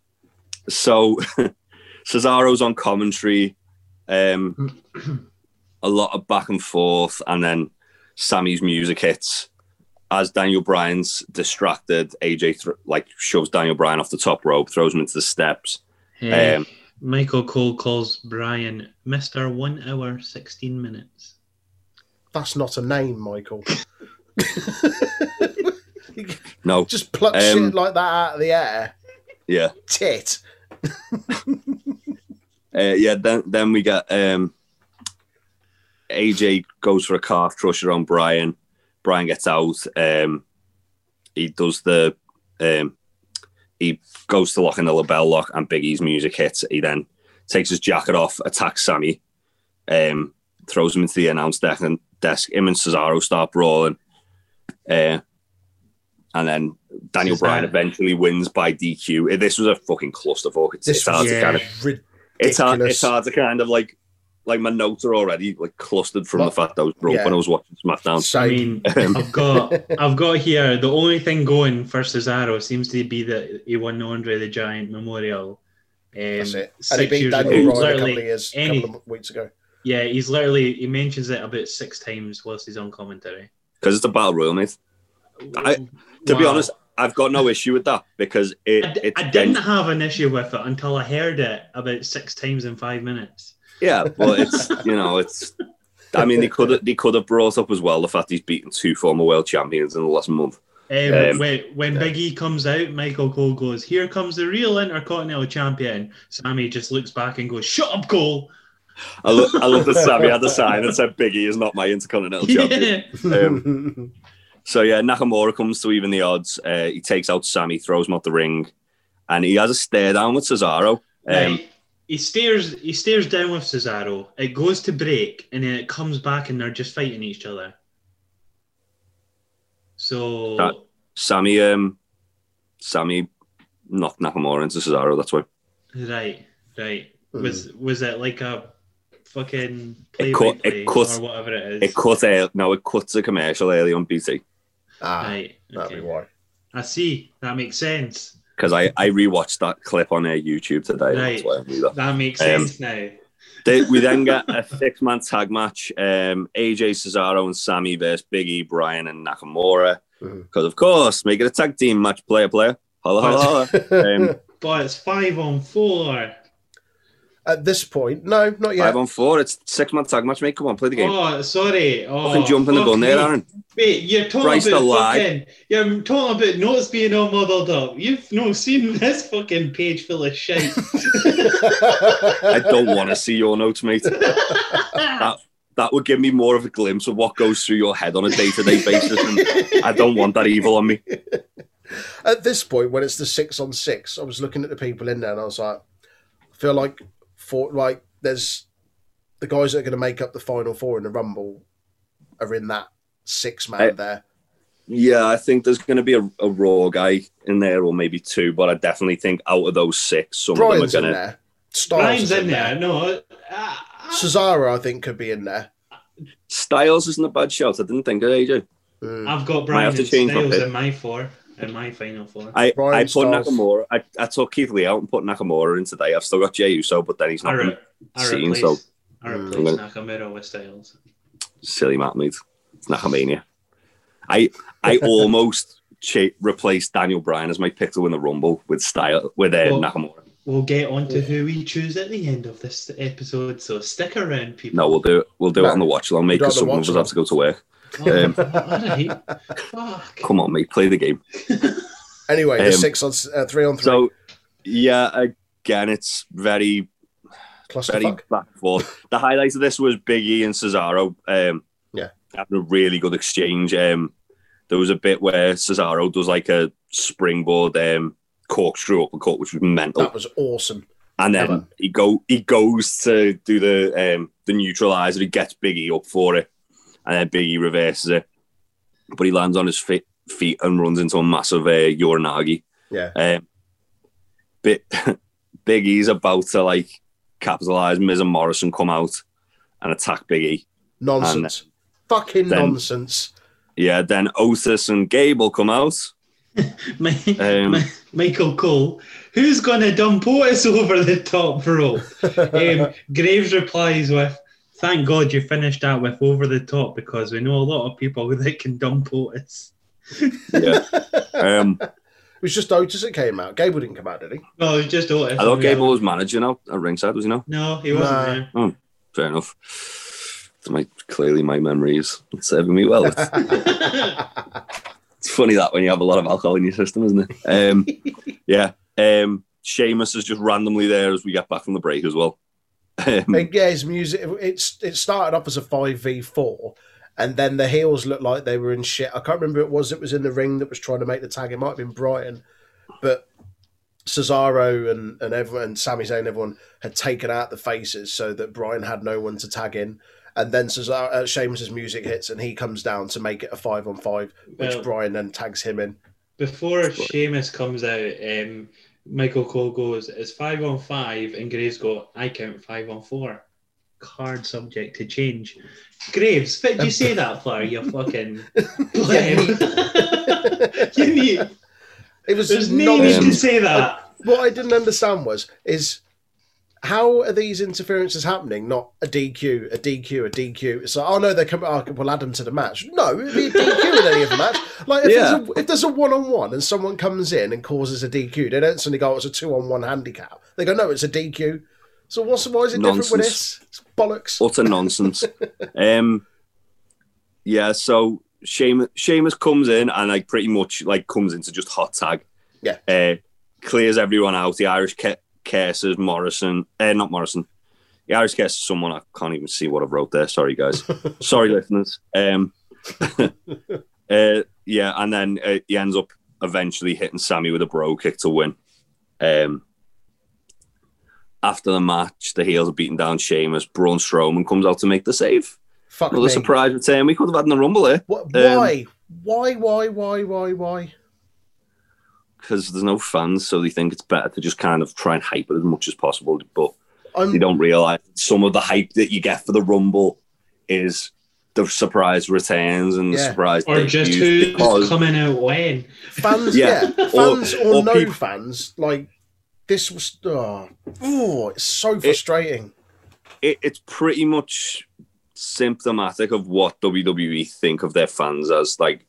Speaker 2: so Cesaro's on commentary, um, a lot of back and forth, and then Sammy's music hits. As Daniel Bryan's distracted, AJ thr like shoves Daniel Bryan off the top rope, throws him into the steps.
Speaker 3: Eh,
Speaker 2: Um,
Speaker 3: Michael Cole calls Brian Mister One Hour Sixteen Minutes.
Speaker 1: that's not a name, Michael.
Speaker 2: No,
Speaker 1: Just pluck
Speaker 2: Um,
Speaker 1: shit like that out of the air.
Speaker 2: yeah,
Speaker 1: Tit.
Speaker 2: uh, yeah. Then then we get um, AJ goes for a calf crusher on Brian. Brian gets out. Um, he does the um, he goes to lock in the label lock, and Biggie's music hits. He then takes his jacket off, attacks Sammy, um, throws him into the announce desk, and desk. Him and Cesaro start brawling, uh, and then Daniel
Speaker 3: Cesaro.
Speaker 2: Bryan eventually wins by DQ. This was a fucking clusterfuck. It's,
Speaker 1: This
Speaker 2: it's hard
Speaker 1: was
Speaker 2: to kind of
Speaker 1: Rid-
Speaker 2: it's hard,
Speaker 1: Ridiculous.
Speaker 2: it's hard to kind of like like my notes are already like clustered from
Speaker 1: Well,
Speaker 2: the fact that I was broke
Speaker 1: yeah.
Speaker 2: when I was watching SmackDown.
Speaker 1: so
Speaker 3: I mean, I've got I've got here the only thing going for Cesaro seems to be that he won the Andre the Giant Memorial. Um,
Speaker 1: that's it. And he
Speaker 3: six
Speaker 1: beat
Speaker 3: years ago.
Speaker 1: Daniel
Speaker 3: He's
Speaker 1: Ryan a couple of
Speaker 3: literally-
Speaker 1: years, a
Speaker 3: any-
Speaker 1: couple of weeks ago.
Speaker 3: Yeah, he's literally he mentions it about six times whilst he's on commentary.
Speaker 2: Because it's a battle royal, mate. I- To be
Speaker 3: Wow.
Speaker 2: honest, I've got no issue with that because it,
Speaker 3: I, d-
Speaker 2: it's
Speaker 3: I didn't have an issue with it until I heard it about six times in five minutes.
Speaker 2: yeah, well it's you know, it's I mean they could they could have brought up as well the fact he's beaten two former world champions in the last month.
Speaker 3: Um,
Speaker 2: Um,
Speaker 3: when when Big E comes out, Michael Cole goes, "Here comes the real Intercontinental Champion." Sammy just looks back and goes, "Shut up, Cole."
Speaker 2: I, lo- I love that Sammy had a sign that said Biggie is not my intercontinental champion.
Speaker 3: Yeah.
Speaker 2: Um, So yeah, Nakamura comes to even the odds. Uh, he takes out Sammy, throws him off the ring, and he has a stare down with Cesaro. Um,
Speaker 3: Right. He stares. He stares down with Cesaro. It goes to break, and then it comes back, and they're just fighting each other. So
Speaker 2: That- Sammy, um, Sammy knocked Nakamura into Cesaro. That's why
Speaker 3: right, right.
Speaker 1: Mm.
Speaker 3: Was was it like a fucking play
Speaker 2: It cut-
Speaker 3: by play
Speaker 2: it cut-
Speaker 3: or whatever it is?
Speaker 2: it cut. ear- No, it cuts a commercial early on BT
Speaker 1: ah,
Speaker 3: right.
Speaker 1: that'd
Speaker 3: okay.
Speaker 1: be why.
Speaker 3: I see. That makes sense.
Speaker 2: because I I rewatched that clip on uh, YouTube today. and That's
Speaker 3: Right.
Speaker 2: why I knew that.
Speaker 3: That makes
Speaker 2: Um,
Speaker 3: sense now.
Speaker 2: They, we then get a six man tag match: um, AJ Cesaro and Sammy versus Big E, Brian and Nakamura.
Speaker 1: Mhm.
Speaker 2: Because of course, make it a tag team match. Player, player. Holla, holla, holla. Um,
Speaker 3: But it's five on four.
Speaker 1: At this point, no, not yet.
Speaker 2: Five on four. It's six man tag match, mate. Come on, play the game.
Speaker 3: Oh, sorry. Oh,
Speaker 2: Fucking jump in the
Speaker 3: fuck
Speaker 2: gun there,
Speaker 3: me.
Speaker 2: Aaron.
Speaker 3: Wait, you're talking
Speaker 2: Christ
Speaker 3: about
Speaker 2: alive.
Speaker 3: fucking, you're talking about notes being all muddled up. You've no seen this fucking page full of shit.
Speaker 2: I don't want to see your notes, mate. That would give me more of a glimpse of what goes through your head on a day to day basis. And I don't want that evil on me.
Speaker 1: At this point, when it's the six on six, I was looking at the people in there, and I was like, I feel like for like there's the guys that are going to make up the final four in the Rumble are in that six man
Speaker 2: I-
Speaker 1: there.
Speaker 2: Yeah, I think there's going to be a, a raw guy in there, or maybe two, but I definitely think out of those six, some
Speaker 1: Brian's
Speaker 2: of
Speaker 1: in
Speaker 2: them are going to.
Speaker 1: there. Styles
Speaker 3: Ryan's
Speaker 1: is
Speaker 3: in there. No, I, I,
Speaker 1: Cesaro, I think, could be in there.
Speaker 2: Styles isn't a bad shout. I didn't think of AJ.
Speaker 1: Mm.
Speaker 3: I've got
Speaker 2: Might have
Speaker 3: Brian
Speaker 2: to
Speaker 3: and
Speaker 2: change my
Speaker 3: Styles
Speaker 2: pick.
Speaker 3: in my four, in my final four.
Speaker 2: I,
Speaker 1: Brian
Speaker 2: I put
Speaker 1: Styles.
Speaker 2: Nakamura, I, I took Keith Lee out and put Nakamura in today. I've still got Jey Uso, but then he's
Speaker 3: I,
Speaker 2: not going
Speaker 3: re-
Speaker 2: to
Speaker 3: I
Speaker 2: Seen,
Speaker 3: replace,
Speaker 2: so-
Speaker 3: I
Speaker 1: Mm.
Speaker 3: replace Nakamura with Styles.
Speaker 2: silly Matt mate. It's Nakamania. I I almost cha- replaced Daniel Bryan as my pick to win the Rumble with style with uh,
Speaker 3: Well-
Speaker 2: Nakamura.
Speaker 3: We'll get on to who we choose at the end of this episode, so stick around, people.
Speaker 2: No, we'll do it. We'll do it
Speaker 1: No.
Speaker 2: on the watch along, mate.
Speaker 1: We'll do it
Speaker 2: Because
Speaker 1: on
Speaker 2: some
Speaker 1: the
Speaker 2: of us
Speaker 1: watch-along.
Speaker 2: have to go to work. Um,
Speaker 3: Oh, all right. Fuck.
Speaker 2: Come on, mate. Play the game.
Speaker 1: Anyway,
Speaker 2: Um,
Speaker 1: the six on s- uh, three on three.
Speaker 2: So yeah, again, it's very very
Speaker 1: clusterfuck.
Speaker 2: back and forth. The highlight of this was Big E and Cesaro. Um,
Speaker 1: Yeah.
Speaker 2: having a really good exchange. Um, there was a bit where Cesaro does like a springboard um, corkscrew uppercut, which was mental.
Speaker 1: That was awesome.
Speaker 2: And then
Speaker 1: Ever.
Speaker 2: he go he goes to do the um, the neutralizer. He gets Biggie up for it, and then Biggie reverses it, but he lands on his feet, feet and runs into a massive uh, Yorinagi.
Speaker 1: Yeah.
Speaker 2: Um, Bi- Biggie's about to like capitalize. Miz and Morrison come out and attack Biggie.
Speaker 1: Nonsense. Fucking
Speaker 2: then-
Speaker 1: nonsense.
Speaker 2: Yeah. Then Otis and Gable come out.
Speaker 3: My,
Speaker 2: Um,
Speaker 3: my- Michael Cole, who's going to dump Otis over the top rope? Um, Graves replies with, Thank God you finished that with over the top because we know a lot of people that can dump Otis.
Speaker 2: Yeah. um,
Speaker 1: It was just Otis that came out. Gable didn't come out, did he?
Speaker 3: No, it was just Otis.
Speaker 2: I thought Gable was manager now at ringside. Was he now?
Speaker 3: No, he wasn't
Speaker 1: Nah.
Speaker 3: there.
Speaker 2: Fair enough. My, clearly, my memory is not serving me well. It's- funny that when you have a lot of alcohol in your system, isn't it? Um, yeah. Um, Seamus is just randomly there as we get back from the break as well. Um,
Speaker 1: It, yeah, his music. It's it started off as a five v four, and then the heels looked like they were in shit. I can't remember who it was. It was in the ring that was trying to make the tag. It might have been Brighton, but Cesaro and and everyone, and Sami Zayn, and everyone had taken out the faces so that Brian had no one to tag in. And then Cesaro, uh, Sheamus's music hits, and he comes down to make it a five on five, which
Speaker 3: Well-
Speaker 1: Brian then tags him in.
Speaker 3: Before Seamus comes out, um, Michael Cole goes, It's five on five, and Graves go, I count five on four. Card subject to change. Graves, fit you say that for you fucking pleb. you need,
Speaker 1: It was
Speaker 3: there's no
Speaker 1: nonsense.
Speaker 3: need to say that.
Speaker 1: what I didn't understand was is how are these interferences happening? Not a DQ, a DQ, a DQ. It's like, oh no, they're coming. Oh, we'll add them to the match. No, it'd be a DQ in any of the match. Like if
Speaker 2: Yeah.
Speaker 1: there's a, if there's a one on one and someone comes in and causes a DQ, they don't suddenly go, oh, it's a two on one handicap. They go, no, it's a DQ. So what's why is it different with
Speaker 2: Nonsense.
Speaker 1: this? It's bollocks.
Speaker 2: utter nonsense. um, yeah, so Sheamus, Sheamus comes in and like pretty much like comes into just hot tag.
Speaker 1: Yeah.
Speaker 2: Uh, clears everyone out. The Irish ca- curses Morrison, uh, not Morrison. The Irish curses someone I can't even see what I've wrote there. Sorry guys. Sorry listeners. Um, uh, yeah, and then uh, he ends up eventually hitting Sammy with a bro kick to win. Um, after the match, the heels are beating down Sheamus. Braun Strowman comes out to make the save.
Speaker 1: Fuck
Speaker 2: Another
Speaker 1: me.
Speaker 2: surprise return. We could have had in the Rumble here
Speaker 1: What, why?
Speaker 2: Um,
Speaker 1: Why? Why? Why? Why? Why?
Speaker 2: because there's no fans, so they think it's better to just kind of try and hype it as much as possible. But they
Speaker 1: I'm
Speaker 2: don't realise some of the hype that you get for the Rumble is the surprise returns and the
Speaker 1: Yeah.
Speaker 2: surprise
Speaker 3: Or just
Speaker 2: debuts
Speaker 3: who's
Speaker 2: because-
Speaker 3: coming out when.
Speaker 1: fans,
Speaker 2: Yeah.
Speaker 1: yeah, fans
Speaker 2: Or-
Speaker 1: or,
Speaker 2: or
Speaker 1: no
Speaker 2: people-
Speaker 1: fans, like this was. Oh, ooh, it's so frustrating.
Speaker 2: it, it's pretty much symptomatic of what WWE think of their fans as. Like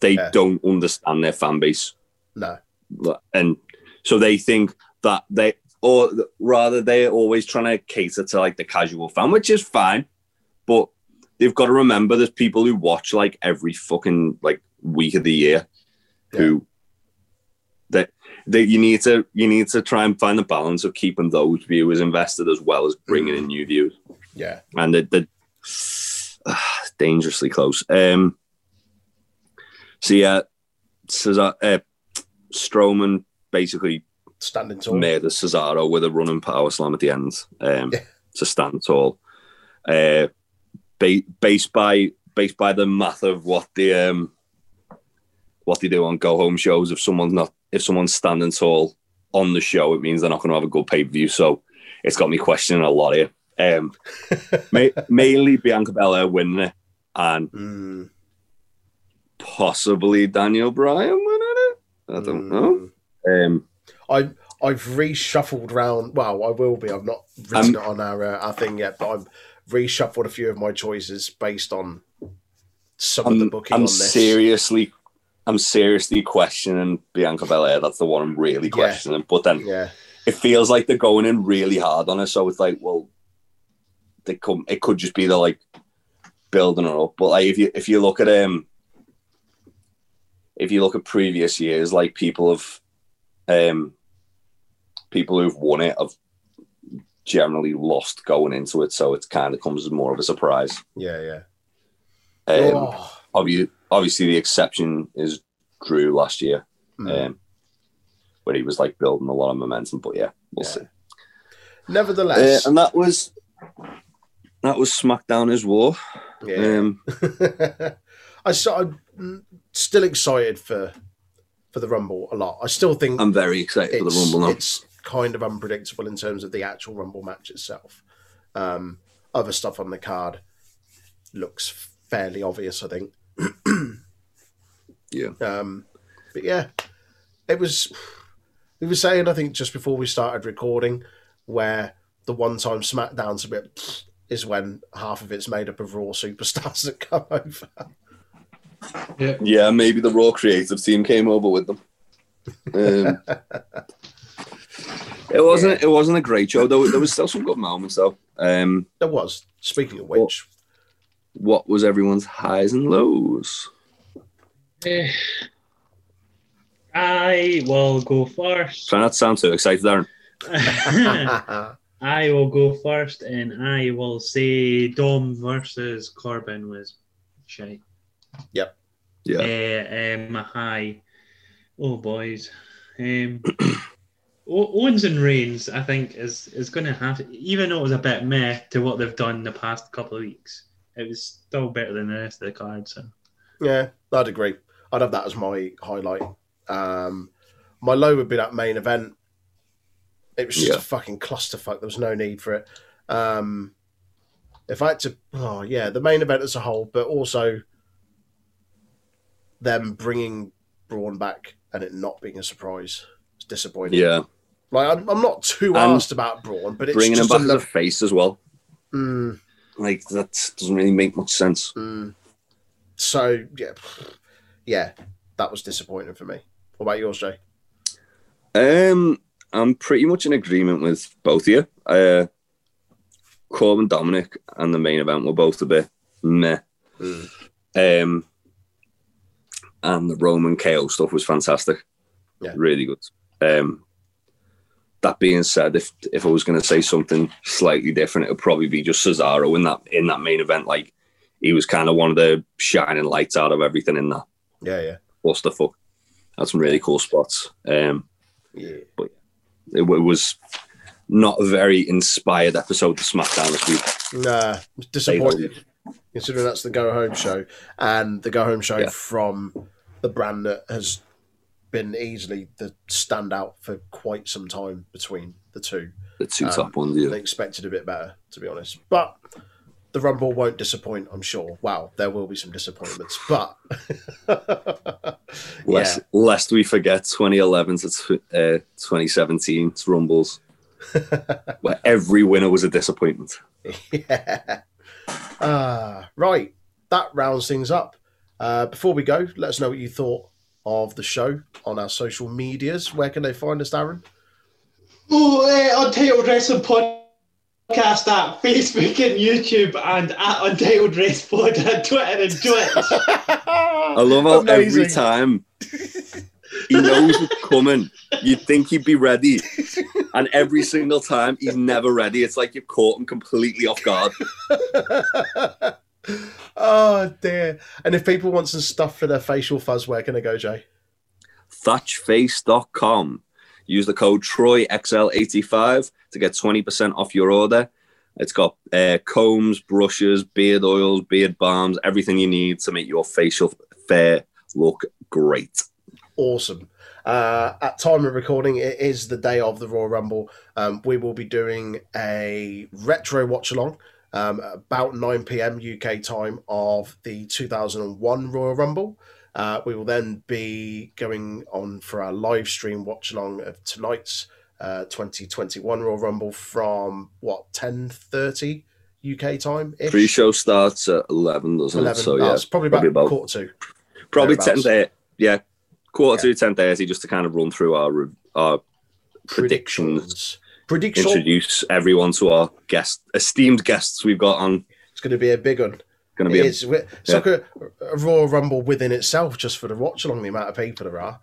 Speaker 2: they
Speaker 1: Yeah.
Speaker 2: don't understand their fan base,
Speaker 1: no,
Speaker 2: and so they think that they, or th- rather, they're always trying to cater to like the casual fan, which is fine, but they've got to remember there's people who watch like every fucking like week of the year who that that you need to you need to try and find the balance of keeping those viewers invested as well as bringing in new viewers
Speaker 1: yeah,
Speaker 2: and they're, they're dangerously close. Um, so yeah, Cesar, uh, Strowman basically
Speaker 1: standing tall.
Speaker 2: murders Cesaro with a running power slam at the end um,
Speaker 1: Yeah.
Speaker 2: to stand tall. Uh, ba- based by based by the math of what the um, what they do on go home shows, if someone's not if someone's standing tall on the show, it means they're not going to have a good pay per view. So it's got me questioning a lot here. Um, ma- mainly Bianca Belair winning it and
Speaker 1: Mm,
Speaker 2: possibly Daniel Bryan winning it. I don't know.
Speaker 1: mm.
Speaker 2: Um,
Speaker 1: I I've reshuffled round. Well, I will be. I've not written
Speaker 2: Um,
Speaker 1: it on our uh, our thing yet, but I've reshuffled a few of my choices based on some of the booking
Speaker 2: I'm
Speaker 1: on this.
Speaker 2: seriously, I'm seriously questioning Bianca Belair. That's the one I'm really questioning. But then
Speaker 1: Yeah,
Speaker 2: it feels like they're going in really hard on her. So it's like, well, they come. It could just be they're like building her up. But like if you if you look at um, if you look at previous years, like people have, um, people who've won it have generally lost going into it. So it kind of comes as more of a surprise.
Speaker 1: yeah, yeah.
Speaker 2: Um,
Speaker 1: Oh,
Speaker 2: obviously, obviously the exception is Drew last year,
Speaker 1: mm.
Speaker 2: um, where he was like building a lot of momentum. But yeah, we'll
Speaker 1: Yeah.
Speaker 2: see.
Speaker 1: Nevertheless,
Speaker 2: Uh, and that was that was SmackDown as War.
Speaker 1: yeah.
Speaker 2: Um,
Speaker 1: I so, I'm mm, still excited for for the Rumble a lot. I still think
Speaker 2: I'm very excited for the
Speaker 1: it's,
Speaker 2: Rumble now.
Speaker 1: it's kind of unpredictable in terms of the actual Rumble match itself. Um, other stuff on the card looks fairly obvious, I think.
Speaker 2: Yeah.
Speaker 1: Um, but yeah, it was. We were saying, I think, just before we started recording, where the one time SmackDown's a bit is when half of it's made up of Raw superstars that come over.
Speaker 2: Yeah, maybe the Raw creative team came over with them. Um, it wasn't it wasn't a great show though. There was still some good moments though. Um,
Speaker 1: There was. Speaking of which,
Speaker 2: what was everyone's highs and lows?
Speaker 3: Eh, I will go first.
Speaker 2: Try not to sound too excited, Aaron.
Speaker 3: I will go first, and I will say Dom versus Corbin was shite.
Speaker 2: Yeah.
Speaker 3: Uh, um, hi. Oh, boys. Um, O- Owens and Reigns, I think, is is going to have, even though it was a bit meh to what they've done the past couple of weeks, it was still better than the rest of the card. So
Speaker 1: Yeah, I'd agree. I'd have that as my highlight. Um, my low would be that main event. It was just
Speaker 2: Yeah.
Speaker 1: a fucking clusterfuck. There was no need for it. Um, if I had to, oh yeah, the main event as a whole, but also them bringing Braun back and it not being a surprise. It's disappointing.
Speaker 2: Yeah.
Speaker 1: Like I'm, I'm not too
Speaker 2: And
Speaker 1: asked about Braun, but it's
Speaker 2: Bringing him
Speaker 1: just
Speaker 2: back as
Speaker 1: another.
Speaker 2: a face as well.
Speaker 1: Mm.
Speaker 2: Like, that doesn't really make much sense.
Speaker 1: Mm. So yeah, pff, yeah, that was disappointing for me. What about yours, Jay?
Speaker 2: Um, I'm pretty much in agreement with both of you. Uh, Corbin Dominic and the main event were both a bit meh.
Speaker 1: Mm.
Speaker 2: Um, and the Roman KO stuff was fantastic.
Speaker 1: Yeah.
Speaker 2: Really good. Um, that being said, if if I was going to say something slightly different, it would probably be just Cesaro in that in that main event. Like he was kind of one of the shining lights out of everything in that
Speaker 1: Yeah, yeah,
Speaker 2: clusterfuck. Had some really cool spots. Um,
Speaker 1: yeah.
Speaker 2: it, wa- was not a very inspired episode of SmackDown this week.
Speaker 1: Nah, it's disappointing considering that's the go home show and the go home show
Speaker 2: Yeah.
Speaker 1: from the brand that has been easily the standout for quite some time between the two.
Speaker 2: The two
Speaker 1: Um,
Speaker 2: top ones, yeah.
Speaker 1: They expected a bit better, to be honest, but. The Rumble won't disappoint, I'm sure. Wow, there will be some disappointments, but
Speaker 2: Lest, lest we forget 2011 to tw- uh, 2017 's Rumbles, where every winner was a disappointment.
Speaker 1: yeah. Uh, right. That rounds things up. Uh, before we go, let us know what you thought of the show on our social medias. Where can they find us, Darren?
Speaker 3: Oh, uh, Untitled Wrestling Podcast at Facebook and YouTube and at Untitled Race Pod at Twitter and Twitch.
Speaker 2: I love how
Speaker 1: Amazing.
Speaker 2: every time he knows it's coming, you'd think he'd be ready. And every single time he's never ready. It's like you've caught him completely off guard.
Speaker 1: oh, dear. And if people want some stuff for their facial fuzz, where can they go, Jay?
Speaker 2: thatchface.com. Use the code TroyXL85 to get 20% off your order. It's got uh, combs, brushes, beard oils, beard balms, everything you need to make your facial fair look great.
Speaker 1: awesome. Uh, at time of recording, it is the day of the Royal Rumble. Um, we will be doing a retro watch along um, about 9 p.m. UK time of the 2001 Royal Rumble. Uh, we will then be going on for our live stream watch along of tonight's uh, 2021 Royal Rumble from what 10:30 UK time.
Speaker 2: Pre show starts at 11, doesn't it?
Speaker 1: 11.
Speaker 2: So,
Speaker 1: Oh,
Speaker 2: yeah,
Speaker 1: it's probably about,
Speaker 2: probably about-
Speaker 1: quarter to.
Speaker 2: probably
Speaker 1: thereabouts.
Speaker 2: 10 30. Yeah, quarter to 10 30 just to kind of run through our, re- our predictions,
Speaker 1: Prediction.
Speaker 2: introduce everyone to our guest, esteemed guests we've got on.
Speaker 1: It's going to be a big one.
Speaker 2: Going to
Speaker 1: It
Speaker 2: be a
Speaker 1: is. We- It's
Speaker 2: yeah.
Speaker 1: like a, a Royal Rumble within itself, just for the watch along the amount of people there are.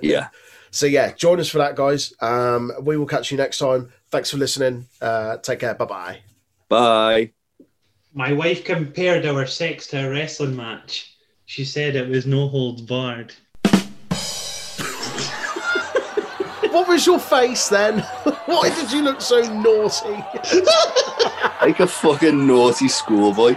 Speaker 2: yeah,
Speaker 1: So yeah, join us for that, guys. Um, we will catch you next time. Thanks for listening. Uh, take care. Bye bye.
Speaker 2: bye.
Speaker 3: My wife compared our sex to a wrestling match. She said it was no holds barred.
Speaker 1: What was your face then? Why did you look so naughty?
Speaker 2: like a fucking naughty schoolboy.